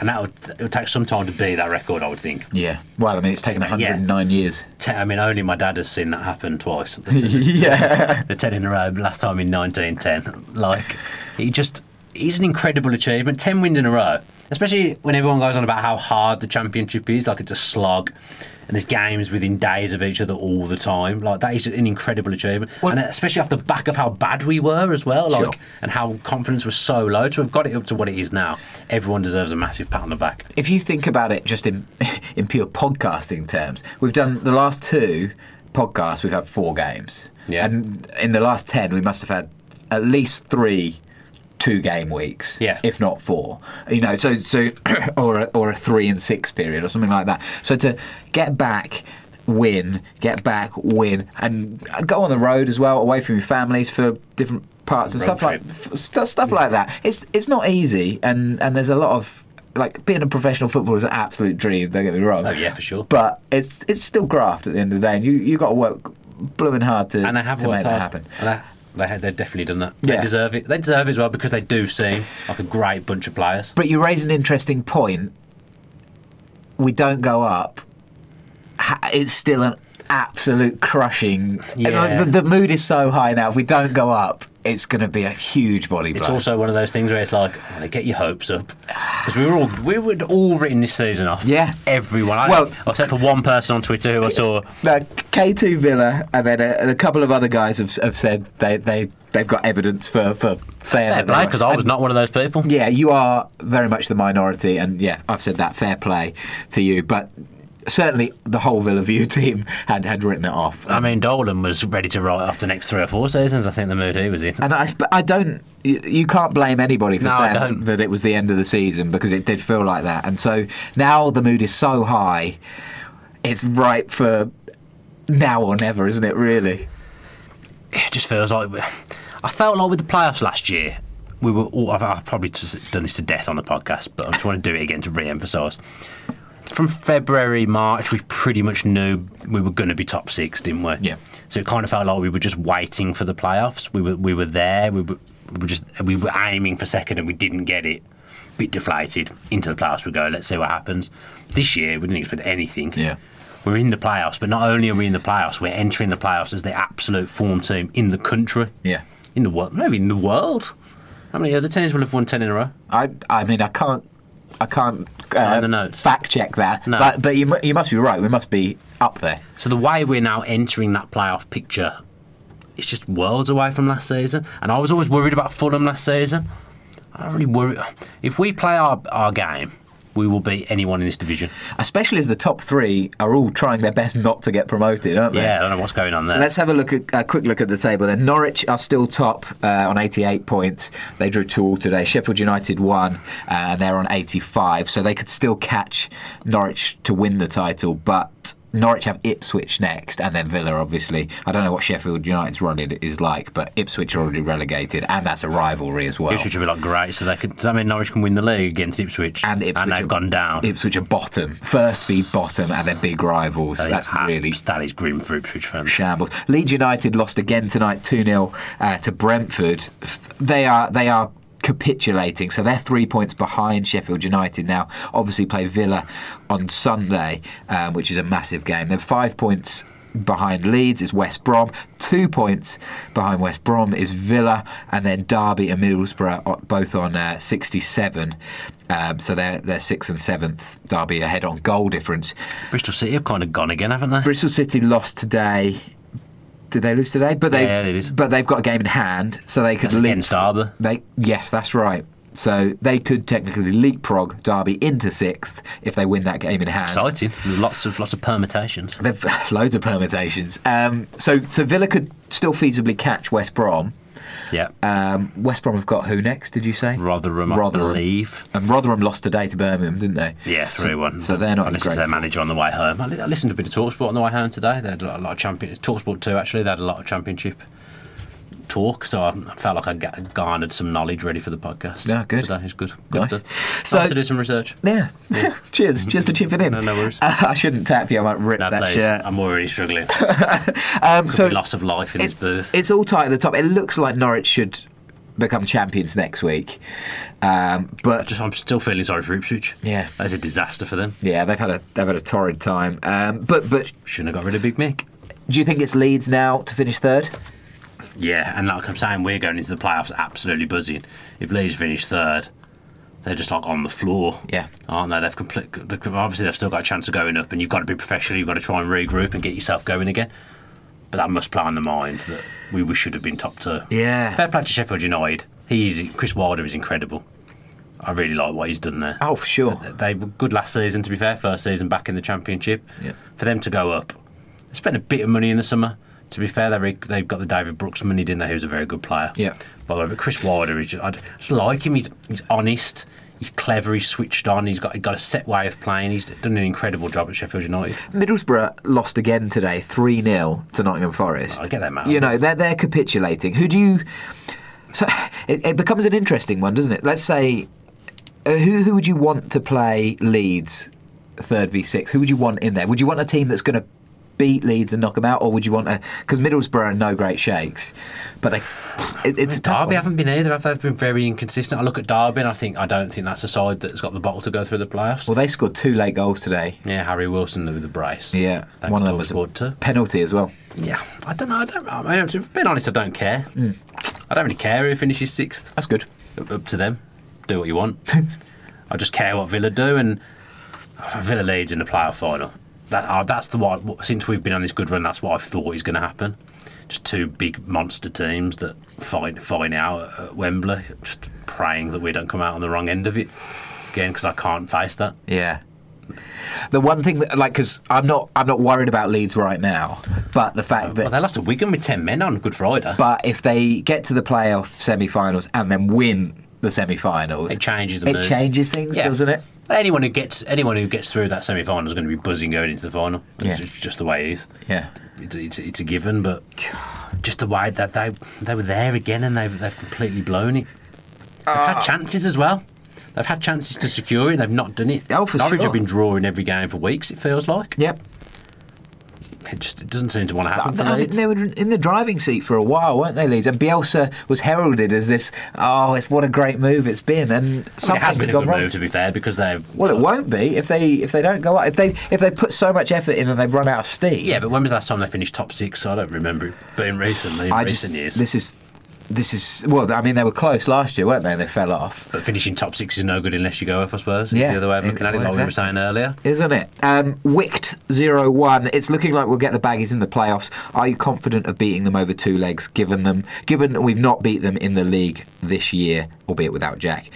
Speaker 4: and that would it would take some time to beat that record, I would think.
Speaker 3: Yeah. Well, I mean, it's taken
Speaker 4: Yeah.
Speaker 3: 109 years.
Speaker 4: Te- I mean, only my dad has seen that happen
Speaker 3: (laughs)
Speaker 4: twice. (laughs) The,
Speaker 3: yeah.
Speaker 4: the ten in a row, last time in 1910. Like, he just he's an incredible achievement. Ten wins in a row, especially when everyone goes on about how hard the championship is. Like, it's a slog. And there's games within days of each other all the time. Like that is an incredible achievement, and especially off the back of how bad we were as well. Like,
Speaker 3: Sure.
Speaker 4: and how confidence was so low. To have got it up to what it is now, everyone deserves a massive pat on the back.
Speaker 3: If you think about it just in (laughs) in pure podcasting terms, we've done the last two podcasts, we've had four games.
Speaker 4: Yeah.
Speaker 3: And in the last 10, we must have had at least three two game weeks
Speaker 4: Yeah.
Speaker 3: if not four you know so so (clears throat) or a, or a 3 and 6 period or something like that so to get back win get back win and go on the road as well away from your families for different parts and
Speaker 4: Road
Speaker 3: stuff like
Speaker 4: trip.
Speaker 3: f- stuff, stuff like that. It's it's not easy, and and there's a lot of like being a professional footballer is an absolute dream. Don't get me wrong.
Speaker 4: Oh, yeah, for sure.
Speaker 3: But it's it's still graft at the end of the day, and you you got to work blooming hard to
Speaker 4: and they have
Speaker 3: to
Speaker 4: worked
Speaker 3: make that
Speaker 4: hard.
Speaker 3: happen.
Speaker 4: And I, they had, they've definitely done that. They
Speaker 3: Yeah.
Speaker 4: deserve it. They deserve it as well because they do seem like a great bunch of players.
Speaker 3: But you raise an interesting point. We don't go up. Ha- It's still an absolute crushing. and, like,
Speaker 4: Yeah.
Speaker 3: the, the mood is so high now. If we don't go up, it's going to be a huge body blow.
Speaker 4: It's also one of those things where it's like, oh, they get your hopes up because we were all we would all written this season off.
Speaker 3: Yeah.
Speaker 4: everyone. I,
Speaker 3: Well-
Speaker 4: except for one person on Twitter who I saw.
Speaker 3: No, K2 Villa, and then a, a couple of other guys have, have said they, they, they've got evidence for, for saying that. they were-
Speaker 4: because I was not one of those people.
Speaker 3: Yeah, you are very much the minority, and yeah, I've said that. Fair play to you. But certainly the whole Villa View (laughs) team had, had written it off.
Speaker 4: I mean, Dolan was ready to write off the next three or four seasons. I think the mood he was in.
Speaker 3: and I, but I don't. You, you can't blame anybody for
Speaker 4: No, I
Speaker 3: saying
Speaker 4: don't.
Speaker 3: that it was the end of the season because it did feel like that. And so now the mood is so high, it's ripe for now or never, isn't it? Really?
Speaker 4: it just feels like we- I felt like with the playoffs last year, we were all. I've, I've probably just done this to death on the podcast, but I just want to do it again to re-emphasise. From February, March, we pretty much knew we were going to be top six, didn't we?
Speaker 3: Yeah.
Speaker 4: So it kind of felt like we were just waiting for the playoffs. We were we were there. We were, we were just we were aiming for second, and we didn't get it. Bit deflated. Into the playoffs we go. Let's see what happens. This year we didn't expect anything.
Speaker 3: Yeah.
Speaker 4: We're in the playoffs, but not only are we in the playoffs, we're entering the playoffs as the absolute form team in the country.
Speaker 3: Yeah.
Speaker 4: In the world, maybe in the world. How many other teams will have won ten in a row?
Speaker 3: I, I mean, I can't, I can't uh,
Speaker 4: Find the notes.
Speaker 3: fact check that.
Speaker 4: No.
Speaker 3: But, but you, mu- you must be right. We must be up there.
Speaker 4: So the way we're now entering that playoff picture, it's just worlds away from last season. And I was always worried about Fulham last season. I don't really worry. If we play our, our game, we will beat anyone in this division.
Speaker 3: Especially as the top three are all trying their best not to get promoted, aren't they?
Speaker 4: Yeah, I don't know what's going on there.
Speaker 3: Let's have a look at, a quick look at the table. Then Norwich are still top uh, on 88 points. They drew two all today. Sheffield United won, uh, and they're on 85, so they could still catch Norwich to win the title. But Norwich have Ipswich next, and then Villa, obviously. I don't know what Sheffield United's run it is like, but Ipswich are already relegated, and that's a rivalry as well.
Speaker 4: Ipswich will be like great, so they could. Does that mean Norwich can win the league against Ipswich?
Speaker 3: and Ipswich
Speaker 4: and
Speaker 3: are-
Speaker 4: they've gone down.
Speaker 3: Ipswich are bottom, first v bottom, and they're big rivals.
Speaker 4: That is
Speaker 3: That's
Speaker 4: abs-
Speaker 3: really
Speaker 4: that is grim for Ipswich fans.
Speaker 3: shambles. Leeds United lost again tonight, two 0 uh, to Brentford. They are they are capitulating, so they're three points behind Sheffield United now. Obviously, play Villa on Sunday, um, which is a massive game. They're five points. Behind Leeds is West Brom. Two points behind West Brom is Villa, and then Derby and Middlesbrough are both on uh, 67. Um, so they're they're sixth and seventh. Derby ahead on goal difference.
Speaker 4: Bristol City have kind of gone again, haven't they?
Speaker 3: Bristol City lost today. Did they lose today? But they,
Speaker 4: Yeah, they did.
Speaker 3: but they've got a game in hand, so they could
Speaker 4: That's against
Speaker 3: leap-
Speaker 4: Derby.
Speaker 3: They yes, that's right. So they could technically leapfrog Derby into sixth if they win that game in hand.
Speaker 4: Exciting. There's lots of lots of permutations.
Speaker 3: They've (laughs) loads of permutations. Um, so so Villa could still feasibly catch West Brom.
Speaker 4: Yeah.
Speaker 3: Um, West Brom have got who next? Did you say
Speaker 4: Rotherham, I believe.
Speaker 3: And Rotherham lost today to Birmingham, didn't they?
Speaker 4: Yeah, three one.
Speaker 3: So they're not
Speaker 4: I
Speaker 3: in
Speaker 4: listened
Speaker 3: great.
Speaker 4: to their manager on the way home. I, li- I listened to a bit of Talksport on the way home today. They had a lot, a lot of champion Talksport too. Actually, they had a lot of championship talk. So I I felt like I ga- garnered some knowledge ready for the podcast.
Speaker 3: Yeah, good.
Speaker 4: Today is good. Good
Speaker 3: Nice.
Speaker 4: stuff.
Speaker 3: So-
Speaker 4: Nice to do some research.
Speaker 3: Yeah. (laughs) cheers. Cheers for chipping in.
Speaker 4: No, no worries.
Speaker 3: Uh, (laughs) I shouldn't tap you. I might rip
Speaker 4: No,
Speaker 3: that
Speaker 4: please.
Speaker 3: shirt.
Speaker 4: I'm already struggling.
Speaker 3: Um,
Speaker 4: Could
Speaker 3: uh, (laughs) so
Speaker 4: be loss of life in this
Speaker 3: it's,
Speaker 4: booth.
Speaker 3: it's all tight at the top. It looks like Norwich should become champions next week. Um, but
Speaker 4: Just, I'm still feeling sorry for Ipswich.
Speaker 3: Yeah.
Speaker 4: That's a disaster for them.
Speaker 3: yeah, they've had a they've had a torrid time. Um, but but
Speaker 4: Shouldn't have got rid of Big Mick.
Speaker 3: do you think it's Leeds now to finish third?
Speaker 4: Yeah, and like I'm saying, we're going into the playoffs absolutely buzzing. If Leeds finish third, they're just like on the floor.
Speaker 3: Yeah.
Speaker 4: aren't they? They've complete, obviously they've still got a chance of going up, and you've got to be professional. You've got to try and regroup and get yourself going again. But that must play on the mind that we, we should have been top two.
Speaker 3: Yeah.
Speaker 4: fair play to Sheffield United. He's Chris Wilder is incredible. I really like what he's done there.
Speaker 3: Oh, for sure.
Speaker 4: They were good last season, to be fair. First season back in the championship.
Speaker 3: Yeah.
Speaker 4: For them to go up, they spent a bit of money in the summer. To be fair, they re- they've got the David Brooks money, didn't they? Who's a very good player.
Speaker 3: Yeah.
Speaker 4: By the way, but Chris Wilder is just, I just like him. He's he's honest. He's clever. He's switched on. He's got he got a set way of playing. He's done an incredible job at Sheffield United.
Speaker 3: Middlesbrough lost again today, three 0 to Nottingham Forest.
Speaker 4: I get that, man.
Speaker 3: You know they're they're capitulating. Who do you? So it, it becomes an interesting one, doesn't it? Let's say, uh, who who would you want to play Leeds third v six? Who would you want in there? Would you want a team that's going to beat Leeds and knock them out, or would you want a? Because Middlesbrough are no great shakes, but they it, it's a tough
Speaker 4: Derby
Speaker 3: one.
Speaker 4: haven't been either. have they? They've been very inconsistent. I look at Derby and I think I don't think that's a side that's got the bottle to go through the playoffs.
Speaker 3: Well, they scored two late goals today.
Speaker 4: yeah, Harry Wilson with the brace.
Speaker 3: Yeah,
Speaker 4: Thanks
Speaker 3: one of
Speaker 4: to
Speaker 3: them was a
Speaker 4: Oxford too.
Speaker 3: penalty as well.
Speaker 4: Yeah, I don't know. I don't. I mean, to be honest, I don't care. I don't really care who finishes sixth.
Speaker 3: That's good.
Speaker 4: Up- Up to them. Do what you want. I just care what Villa do, and if Villa leads in the playoff final. That uh, that's the what. what- Since we've been on this good run, that's what I've thought is going to happen. Just two big monster teams that fight fight out at Wembley. Just praying that we don't come out on the wrong end of it again, because I can't face that.
Speaker 3: Yeah. The one thing that, like, because I'm not, I'm not worried about Leeds right now, but the fact
Speaker 4: Well, they
Speaker 3: that,
Speaker 4: lost to Wigan with ten men on Good Friday.
Speaker 3: but if they get to the playoff semi-finals and then win the semi-finals,
Speaker 4: It changes the
Speaker 3: It
Speaker 4: mood.
Speaker 3: changes things,
Speaker 4: Yeah.
Speaker 3: doesn't it?
Speaker 4: Anyone who gets anyone who gets through that semi final is going to be buzzing going into the final. It's
Speaker 3: Yeah.
Speaker 4: ju- just the way it is.
Speaker 3: Yeah.
Speaker 4: It's, it's, it's a given, but just the way that they they were there again and they've they've completely blown it. They've
Speaker 3: Ah.
Speaker 4: had chances as well. They've had chances to secure it. and They've not done it.
Speaker 3: Oh, for
Speaker 4: Norwich
Speaker 3: sure.
Speaker 4: have been drawing every game for weeks. It feels like.
Speaker 3: Yep.
Speaker 4: It just it doesn't seem to want to happen for
Speaker 3: I mean,
Speaker 4: Leeds.
Speaker 3: they were in the driving seat for a while, weren't they, Leeds? And Bielsa was heralded as this. Oh, it's what a great move it's been, and
Speaker 4: I mean, it has
Speaker 3: something's
Speaker 4: been a
Speaker 3: gone
Speaker 4: good
Speaker 3: wrong.
Speaker 4: move, to be fair, because they've
Speaker 3: Well, it won't be if they if they don't go up. If they if they put so much effort in and they run out of steam.
Speaker 4: yeah. But when was the last time they finished top six? I don't remember it being recently. In
Speaker 3: I just
Speaker 4: recent years,
Speaker 3: this is this is well. I mean, they were close last year, weren't they? They fell off,
Speaker 4: But finishing top six is no good unless you go up, I suppose. It's
Speaker 3: Yeah,
Speaker 4: the other way of looking at it,
Speaker 3: well,
Speaker 4: like we were
Speaker 3: exactly.
Speaker 4: saying earlier.
Speaker 3: isn't it? Um, Wicked zero one. It's looking like we'll get the baggies in the playoffs. Are you confident of beating them over two legs? Given them, given that we've not beat them in the league this year, albeit without Jack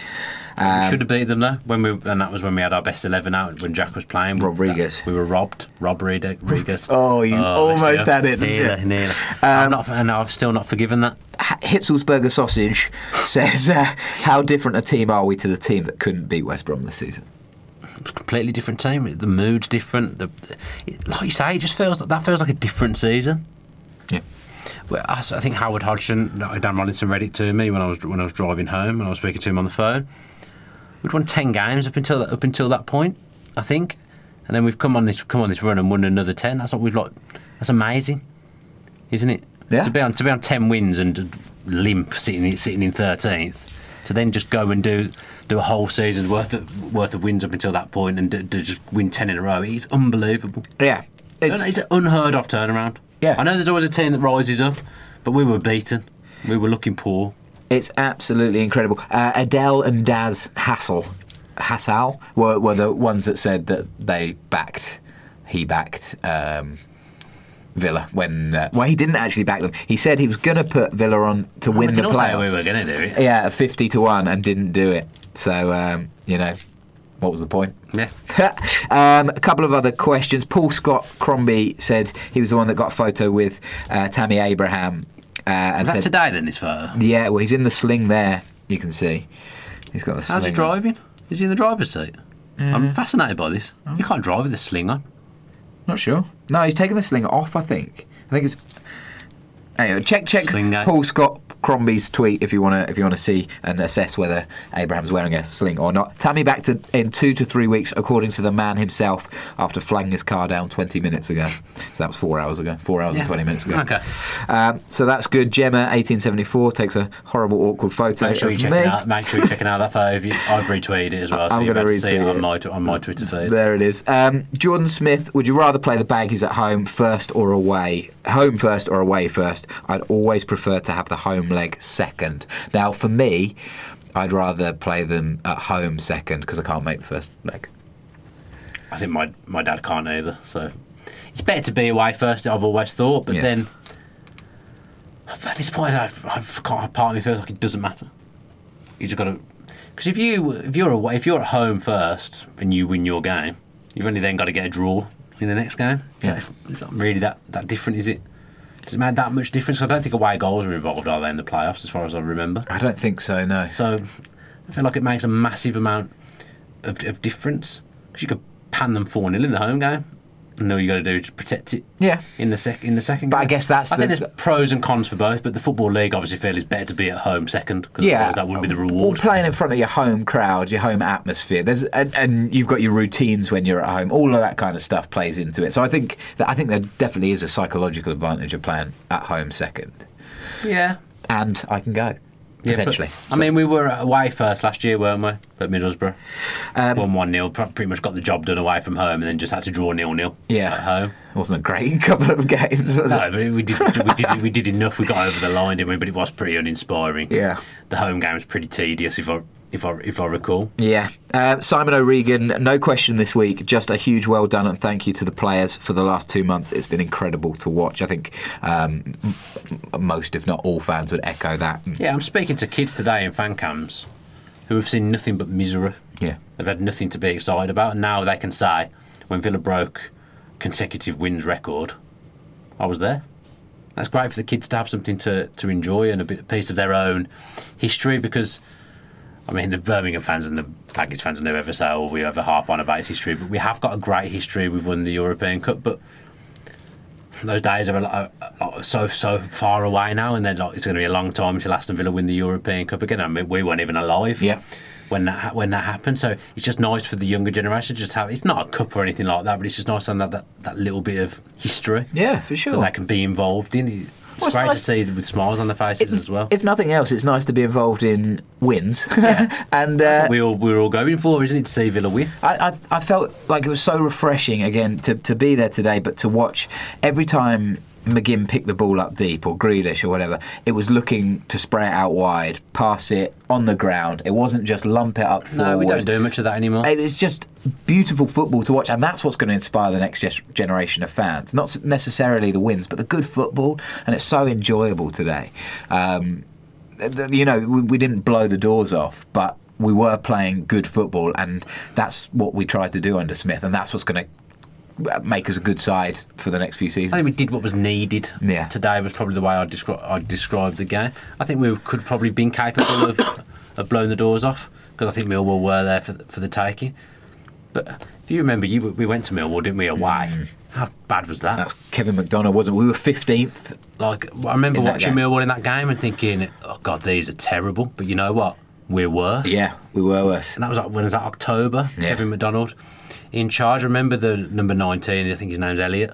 Speaker 3: Um,
Speaker 4: we should have beat them though. When we and that was when we had our best eleven out when Jack was playing. We-
Speaker 3: Rodriguez.
Speaker 4: that- we were robbed. Rob eh, Rodriguez.
Speaker 3: (laughs) Oh, you almost had it, didn't
Speaker 4: Nearly,
Speaker 3: you? Um,
Speaker 4: nearly. I'm not, and I've still not forgiven that.
Speaker 3: H- Hitzelsberger sausage (laughs) says, uh, "How different a team are we to the team that couldn't beat West Brom this season?"
Speaker 4: It's a completely different team. The mood's different. The, it, like you say, it just feels that feels like a different season.
Speaker 3: Yeah.
Speaker 4: Well, I s- I think Howard Hodgson, no, Dan Rollinson read it to me when I was when I was driving home and I was speaking to him on the phone. We'd won ten games up until that, up until that point, I think, and then we've come on this come on this run and won another ten. That's what we've like. That's amazing, isn't it?
Speaker 3: Yeah.
Speaker 4: To be on to be on ten wins and to limp sitting in- sitting in thirteenth, to then just go and do do a whole season's worth of worth of wins up until that point and to, to just win ten in a row. It's unbelievable.
Speaker 3: Yeah.
Speaker 4: It's, it's an unheard of turnaround.
Speaker 3: Yeah.
Speaker 4: I know there's always a team that rises up, but we were beaten. We were looking poor.
Speaker 3: It's absolutely incredible. Uh, Adele and Daz Hassel, Hassel were, were the ones that said that they backed, he backed um, Villa when. Uh, well, he didn't actually back them. He said he was going to put Villa on to win
Speaker 4: we
Speaker 3: the
Speaker 4: can all say
Speaker 3: playoffs.
Speaker 4: we were going to do it.
Speaker 3: Yeah, fifty to one, and didn't do it. So um, you know, what was the point? (laughs)
Speaker 4: Yeah.
Speaker 3: um, a couple of other questions. Paul Scott Crombie said he was the one that got a photo with uh, Tammy Abraham. Uh, and
Speaker 4: Is
Speaker 3: said,
Speaker 4: that today then, this photo?
Speaker 3: yeah, well, he's in the sling there. You can see he's got the sling.
Speaker 4: How's he driving? Is he in the driver's seat? I'm fascinated by this. You can't drive with a sling on.
Speaker 3: Not sure. No, he's taking the sling off. I think. I think it's. Anyway, check check.
Speaker 4: Sling out.
Speaker 3: Paul Scott Crombie's tweet if you want to if you want to see and assess whether Abraham's wearing a sling or not. Tammy back to in two to three weeks, according to the man himself, after flung his car down 20 minutes ago. So that was four hours ago, four hours and 20 minutes ago.
Speaker 4: Okay.
Speaker 3: Um, so that's good. Gemma, 1874, takes a horrible awkward photo
Speaker 4: Make sure, you
Speaker 3: of
Speaker 4: check
Speaker 3: me.
Speaker 4: it out, make sure you're checking out that photo. If you- I've retweeted it as well,
Speaker 3: (laughs)
Speaker 4: so
Speaker 3: I'm
Speaker 4: you're
Speaker 3: gonna
Speaker 4: about to see it
Speaker 3: retweet
Speaker 4: on
Speaker 3: it.
Speaker 4: my, tw- on my Twitter feed.
Speaker 3: There it is. Um, Jordan Smith, would you rather play the baggies at home first or away? Home first or away first? I'd always prefer to have the home leg second. Now, for me, I'd rather play them at home second because I can't make the first leg.
Speaker 4: I think my my dad can't either. So it's better to be away first. I've always thought, but
Speaker 3: Yeah.
Speaker 4: then at this point, I've, I've got part of me feels like it doesn't matter. You just got to because if you if you're away if you're at home first and you win your game, you've only then got to get a draw in the next game. So
Speaker 3: Yeah.
Speaker 4: it's not really that that different, is it? Does it make that much difference? I don't think away goals are involved, are they, in the playoffs, as far as I remember?
Speaker 3: I don't think so, no.
Speaker 4: So I feel like it makes a massive amount of, of difference because you could pan them 4 0 in the home game. And all you got to do is protect it.
Speaker 3: Yeah.
Speaker 4: In the sec, in the second.
Speaker 3: But I
Speaker 4: game.
Speaker 3: guess that's
Speaker 4: I
Speaker 3: the-
Speaker 4: think there's pros and cons for both. But the football league obviously feel it's better to be at home second because
Speaker 3: Yeah,
Speaker 4: that would be the
Speaker 3: Or
Speaker 4: reward.
Speaker 3: playing in front of your home crowd, your home atmosphere. There's and, and you've got your routines when you're at home. All of that kind of stuff plays into it. So I think that I think there definitely is a psychological advantage of playing at home second.
Speaker 4: yeah.
Speaker 3: And I can go
Speaker 4: Yeah, but-
Speaker 3: potentially.
Speaker 4: I mean, we were away first last year, weren't we? At Middlesbrough,
Speaker 3: Um,
Speaker 4: won one 0 Pretty much got the job done away from home, and then just had to draw nil nil.
Speaker 3: Yeah.
Speaker 4: At home.
Speaker 3: It wasn't a great (laughs) couple of games, was
Speaker 4: No,
Speaker 3: it?
Speaker 4: but we did, we did we did enough. We got over the line, didn't we? But it was pretty uninspiring.
Speaker 3: Yeah.
Speaker 4: the home game was pretty tedious, if I if I if I recall.
Speaker 3: Yeah. Uh, Simon O'Regan, no question this week. Just a huge well done and thank you to the players for the last two months. It's been incredible to watch. I think um, m- m- most, if not all, fans would echo that.
Speaker 4: Yeah, I'm speaking to kids today in fan cams who have seen nothing but misery.
Speaker 3: Yeah.
Speaker 4: They've had nothing to be excited about, and now they can say, when Villa broke consecutive wins record, I was there. That's great for the kids to have something to, to enjoy and a bit piece of their own history because, I mean, the Birmingham fans and the Package fans never ever say, oh, we ever harp on about its history, but we have got a great history. We've won the European Cup, but those days are, a lot, are, are so so far away now, and they're like, it's going to be a long time until Aston Villa win the European Cup again. I mean, we weren't even alive
Speaker 3: Yeah.
Speaker 4: when that ha- when that happened. So it's just nice for the younger generation to just have. It's not a cup or anything like that, but it's just nice to have that that, that little bit of history
Speaker 3: Yeah, for
Speaker 4: that
Speaker 3: sure.
Speaker 4: they can be involved in. It's
Speaker 3: Well, it's
Speaker 4: great
Speaker 3: nice-
Speaker 4: to see with smiles on their faces as well.
Speaker 3: If nothing else, it's nice to be involved in wins. (laughs) and uh,
Speaker 4: we all we're all going for, isn't it, to see Villa win?
Speaker 3: I, I, I felt like it was so refreshing again to, to be there today, but to watch every time McGinn picked the ball up deep or Grealish or whatever, it was looking to spray it out wide, pass it on the ground. It wasn't just lump it up forward.
Speaker 4: No, we don't do much of that anymore.
Speaker 3: It was just beautiful football to watch, and that's what's going to inspire the next ges- generation of fans. Not s- necessarily the wins, but the good football, and it's so enjoyable today. Um, th- th- you know, we, we didn't blow the doors off, but we were playing good football, and that's what we tried to do under Smith, and that's what's going to make us a good side for the next few seasons.
Speaker 4: I think we did what was needed.
Speaker 3: Yeah.
Speaker 4: Today was probably the way I descri- I described the game. I think we could probably been capable of of blowing the doors off because I think Millwall were there for the, for the taking. But if you remember, you we went to Millwall, didn't we? Away. How bad was that?
Speaker 3: Mm. that's Kevin McDonough, wasn't we? We were 15th.
Speaker 4: like I remember
Speaker 3: In that
Speaker 4: watching
Speaker 3: game.
Speaker 4: Millwall in that game and thinking, "Oh God, these are terrible." But you know what? We're worse.
Speaker 3: Yeah, we were worse.
Speaker 4: And that was like when was that October?
Speaker 3: Yeah.
Speaker 4: Kevin McDonald in charge. I remember the number nineteen. I think his name's Elliot.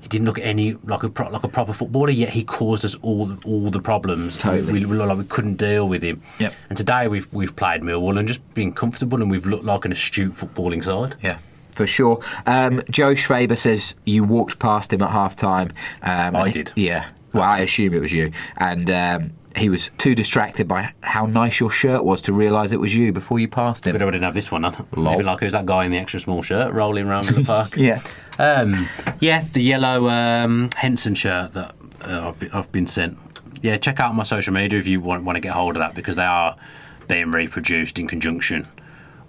Speaker 4: He didn't look any like a pro, like a proper footballer. Yet he caused us all all the problems.
Speaker 3: Totally.
Speaker 4: we, we looked like we couldn't deal with him.
Speaker 3: Yep.
Speaker 4: And today we've we've played Millwall and just been comfortable and we've looked like an astute footballing side.
Speaker 3: Yeah. For sure. Um, Joe Schwaber says you walked past him at half time. Um,
Speaker 4: I
Speaker 3: and-
Speaker 4: did.
Speaker 3: yeah. Well, I assume it was you. And um, he was too distracted by how nice your shirt was to realise it was you before you passed
Speaker 4: But
Speaker 3: him.
Speaker 4: I didn't have this one on.
Speaker 3: Lol.
Speaker 4: Maybe like who's that guy in the extra small shirt rolling
Speaker 3: (laughs)
Speaker 4: around in the park?
Speaker 3: Yeah.
Speaker 4: Um, yeah, the yellow um, Henson shirt that uh, I've, been, I've been sent. Yeah, check out my social media if you want, want to get hold of that because they are being reproduced in conjunction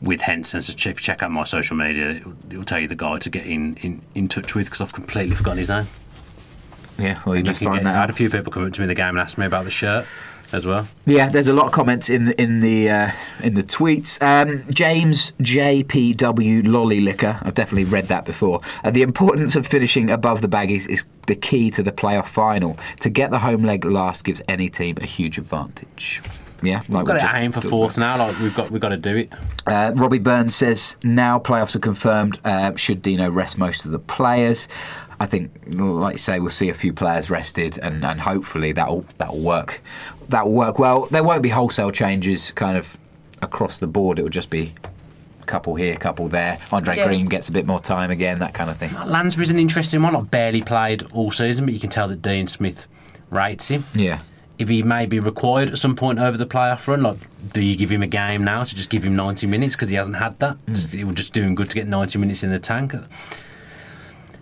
Speaker 4: with Henson. So ch- if you check out my social media, it'll, it'll tell you the guy to get in, in, in touch with because I've completely forgotten his name.
Speaker 3: Yeah. Well, you
Speaker 4: You
Speaker 3: must
Speaker 4: can
Speaker 3: find
Speaker 4: get-
Speaker 3: that
Speaker 4: I had a
Speaker 3: out.
Speaker 4: few people come up to me in the game and ask me about the shirt. as well.
Speaker 3: Yeah, there's a lot of comments in the, in the uh, in the tweets. Um, James JPW Lolly Licker, I've definitely read that before. Uh, the importance of finishing above the baggies is the key to the playoff final. To get the home leg last gives any team a huge advantage. Yeah, like
Speaker 4: We've got
Speaker 3: we just
Speaker 4: to aim for
Speaker 3: talked
Speaker 4: fourth now. Like we've got, we've got to do it.
Speaker 3: uh, Robbie Burns says now playoffs are confirmed. Uh, should Dino rest most of the players? I think, like you say, we'll see a few players rested, and, and hopefully that'll that'll work. That'll work well. There won't be wholesale changes kind of across the board. It will just be a couple here, couple there. Andre
Speaker 4: Yeah.
Speaker 3: Green gets a bit more time again, that kind of thing.
Speaker 4: Lansbury's an interesting one. Like barely played all season, but you can tell that Dean Smith rates him.
Speaker 3: Yeah,
Speaker 4: If he may be required at some point over the playoff run, like do you give him a game now to just give him 90 minutes because he hasn't had
Speaker 3: Hmm.
Speaker 4: that? Just, it would just do him good to get 90 minutes in the tank.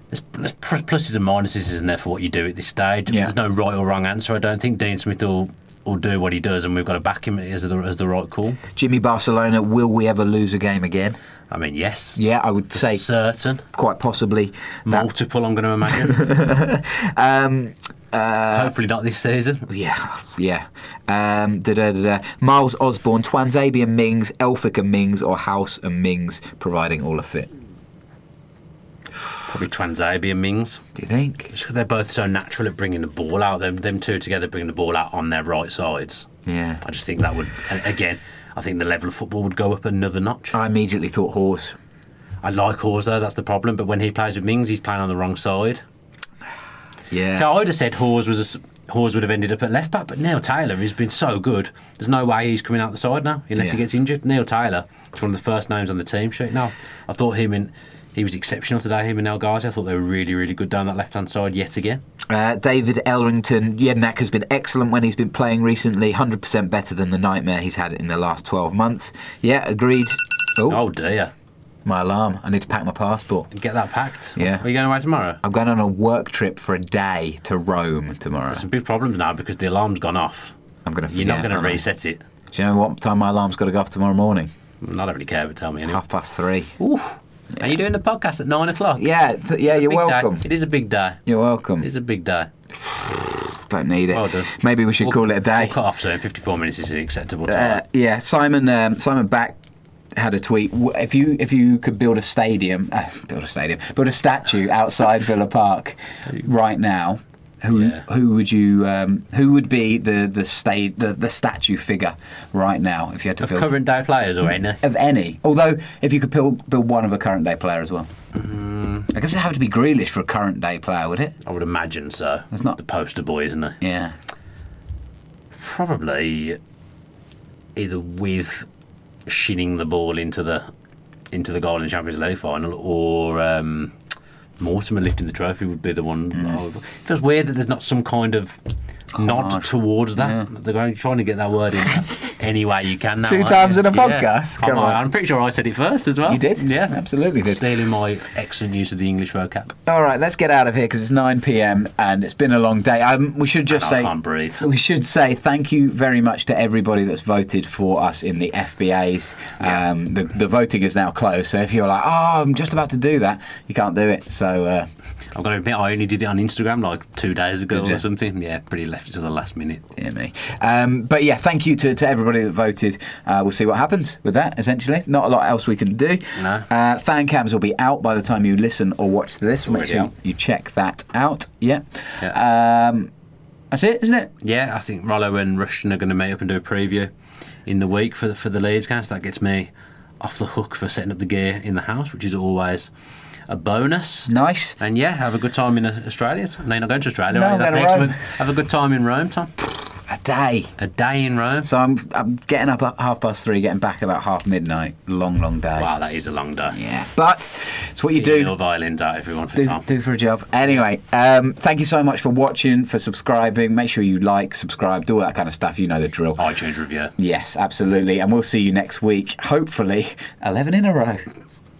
Speaker 4: There's, there's pr- pluses and minuses, isn't there, for what you do at this stage?
Speaker 3: Yeah.
Speaker 4: There's no right or wrong answer. I don't think Dean Smith will, will do what he does, and we've got to back him as the, as the right call.
Speaker 3: Jimmy Barcelona. Will we ever lose a game again?
Speaker 4: I mean, yes.
Speaker 3: Yeah, I would
Speaker 4: For
Speaker 3: say
Speaker 4: certain.
Speaker 3: quite possibly. That,
Speaker 4: Multiple, I'm going to imagine.
Speaker 3: (laughs) Um, uh,
Speaker 4: Hopefully not this season.
Speaker 3: Yeah, yeah. Um, da, da, da, da. Miles Osborne, Twanzabi and Mings, Elphick and Mings, or House and Mings, providing all are fit.
Speaker 4: Probably Twanzabi and Mings.
Speaker 3: Do you think?
Speaker 4: Just 'cause they're both so natural at bringing the ball out. Them, them two together bringing the ball out on their right sides.
Speaker 3: Yeah.
Speaker 4: I just think that would, and again, I think the level of football would go up another notch.
Speaker 3: I immediately thought horse.
Speaker 4: I like Hawes though, that's the problem. But when he plays with Mings, he's playing on the wrong side.
Speaker 3: Yeah.
Speaker 4: So I would have said Hawes was a s Hawes would have ended up at left back, but Neil Taylor has been so good. There's no way he's coming out the side now unless he
Speaker 3: Yeah.
Speaker 4: gets injured. Neil Taylor is one of the first names on the team sheet. Now I thought him and he was exceptional today. Him and El Ghazi, I thought they were really, really good down that left hand side yet again.
Speaker 3: Uh, David Elrington, Jednak has been excellent when he's been playing recently, 100% better than the nightmare he's had in the last 12 months. Yeah, agreed. Oh,
Speaker 4: Oh dear,
Speaker 3: my alarm. I need to pack my passport.
Speaker 4: get that packed.
Speaker 3: Yeah.
Speaker 4: are you going away tomorrow?
Speaker 3: I'm going on a work trip for a day to Rome tomorrow.
Speaker 4: Some big problems now because the alarm's gone off.
Speaker 3: I'm going to
Speaker 4: You're
Speaker 3: forget.
Speaker 4: not going
Speaker 3: aren't
Speaker 4: to
Speaker 3: I?
Speaker 4: reset it.
Speaker 3: Do you know what time my alarm's got to go off tomorrow morning?
Speaker 4: I don't really care, but tell me anyway.
Speaker 3: Half past three.
Speaker 4: Oof. Are you doing the podcast at nine o'clock?
Speaker 3: Yeah, th- yeah, you're
Speaker 4: Big day.
Speaker 3: welcome.
Speaker 4: It is a big day.
Speaker 3: You're welcome.
Speaker 4: It is a big day.
Speaker 3: Don't need it.
Speaker 4: Well done.
Speaker 3: Maybe we should call it a day.
Speaker 4: We'll cut off soon. 54 minutes is an acceptable
Speaker 3: Uh,
Speaker 4: time.
Speaker 3: yeah, Simon um, Simon Back had a tweet. W- If you if you could build a stadium, uh, build a stadium, build a statue outside Villa Park right now, who
Speaker 4: Yeah.
Speaker 3: who would you um, who would be the the, sta- the the statue figure right now if you had to
Speaker 4: of
Speaker 3: build
Speaker 4: current day players or any.
Speaker 3: of any? Although if you could build, build one of a current day player as well,
Speaker 4: Mm.
Speaker 3: I guess it'd have to be Grealish for a current day player, would it?
Speaker 4: I would imagine so.
Speaker 3: That's not-
Speaker 4: the poster boy, isn't it?
Speaker 3: Yeah.
Speaker 4: Probably either with shinning the ball into the into the goal in the Champions League final or um, Mortimer lifting the trophy would be the one.
Speaker 3: Mm.
Speaker 4: I would- It feels weird that there's not some kind of nod towards that. They're going, trying to get that
Speaker 3: (laughs)
Speaker 4: word in any way you can now.
Speaker 3: Two
Speaker 4: aren't
Speaker 3: times
Speaker 4: you?
Speaker 3: in a
Speaker 4: Yeah.
Speaker 3: podcast? Come
Speaker 4: I'm,
Speaker 3: on.
Speaker 4: I'm pretty sure I said it first as well.
Speaker 3: You did?
Speaker 4: Yeah.
Speaker 3: Absolutely did.
Speaker 4: Stealing my excellent use of the English vocab.
Speaker 3: All right, let's get out of here because it's 9 p.m. and it's been a long day. Um, we should just
Speaker 4: And I
Speaker 3: say
Speaker 4: can't breathe.
Speaker 3: We should say thank you very much to everybody that's voted for us in the FBAs. Um, the, the voting is now closed, so if you're like, oh, I'm just about to do that, you can't do it. So uh,
Speaker 4: I've got to admit, I only did it on Instagram like two days ago
Speaker 3: Did you?
Speaker 4: or something. Yeah, pretty left it to the last minute.
Speaker 3: Dear me. Um, but yeah, thank you to, to everybody that voted. Uh, we'll see what happens with that, essentially. Not a lot else we can do.
Speaker 4: No.
Speaker 3: Uh, fan cams will be out by the time you listen or watch this. Make
Speaker 4: already
Speaker 3: sure
Speaker 4: out.
Speaker 3: you check that out. Yeah.
Speaker 4: Yeah.
Speaker 3: Um, that's it, isn't it?
Speaker 4: Yeah, I think Rollo and Rushton are going to meet up and do a preview in the week for the, for the Leeds guys. That gets me off the hook for setting up the gear in the house, which is always a bonus.
Speaker 3: Nice.
Speaker 4: And yeah, have a good time in uh, Australia. No, you're not going to Australia.
Speaker 3: No,
Speaker 4: are you?
Speaker 3: I'm going
Speaker 4: That's
Speaker 3: to
Speaker 4: next
Speaker 3: Rome.
Speaker 4: month. Have a good time in Rome, Tom.
Speaker 3: A day.
Speaker 4: A day in Rome.
Speaker 3: So I'm I'm getting up at half past three, getting back about half midnight. Long, long day.
Speaker 4: Wow, that is a long day.
Speaker 3: Yeah. But it's what you do.
Speaker 4: Your violins out, everyone, for
Speaker 3: do,
Speaker 4: Tom.
Speaker 3: do for a job. Anyway, um, thank you so much for watching, for subscribing. Make sure you like, subscribe, do all that kind of stuff. You know the drill.
Speaker 4: iTunes review.
Speaker 3: Yes, absolutely. And we'll see you next week. Hopefully, (laughs) 11 in a row.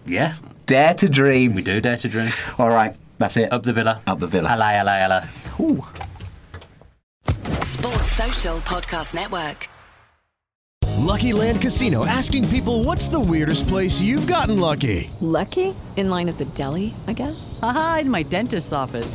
Speaker 4: Yeah,
Speaker 3: Dare to dream.
Speaker 4: we do dare to dream.
Speaker 3: All right, that's it.
Speaker 4: Up the villa.
Speaker 3: Up the villa.
Speaker 4: Alley, alley, alley.
Speaker 5: Sports Social Podcast Network. Lucky Land Casino asking people what's the weirdest place you've gotten lucky?
Speaker 6: Lucky? In line at the deli, I guess?
Speaker 1: Aha, in my dentist's office.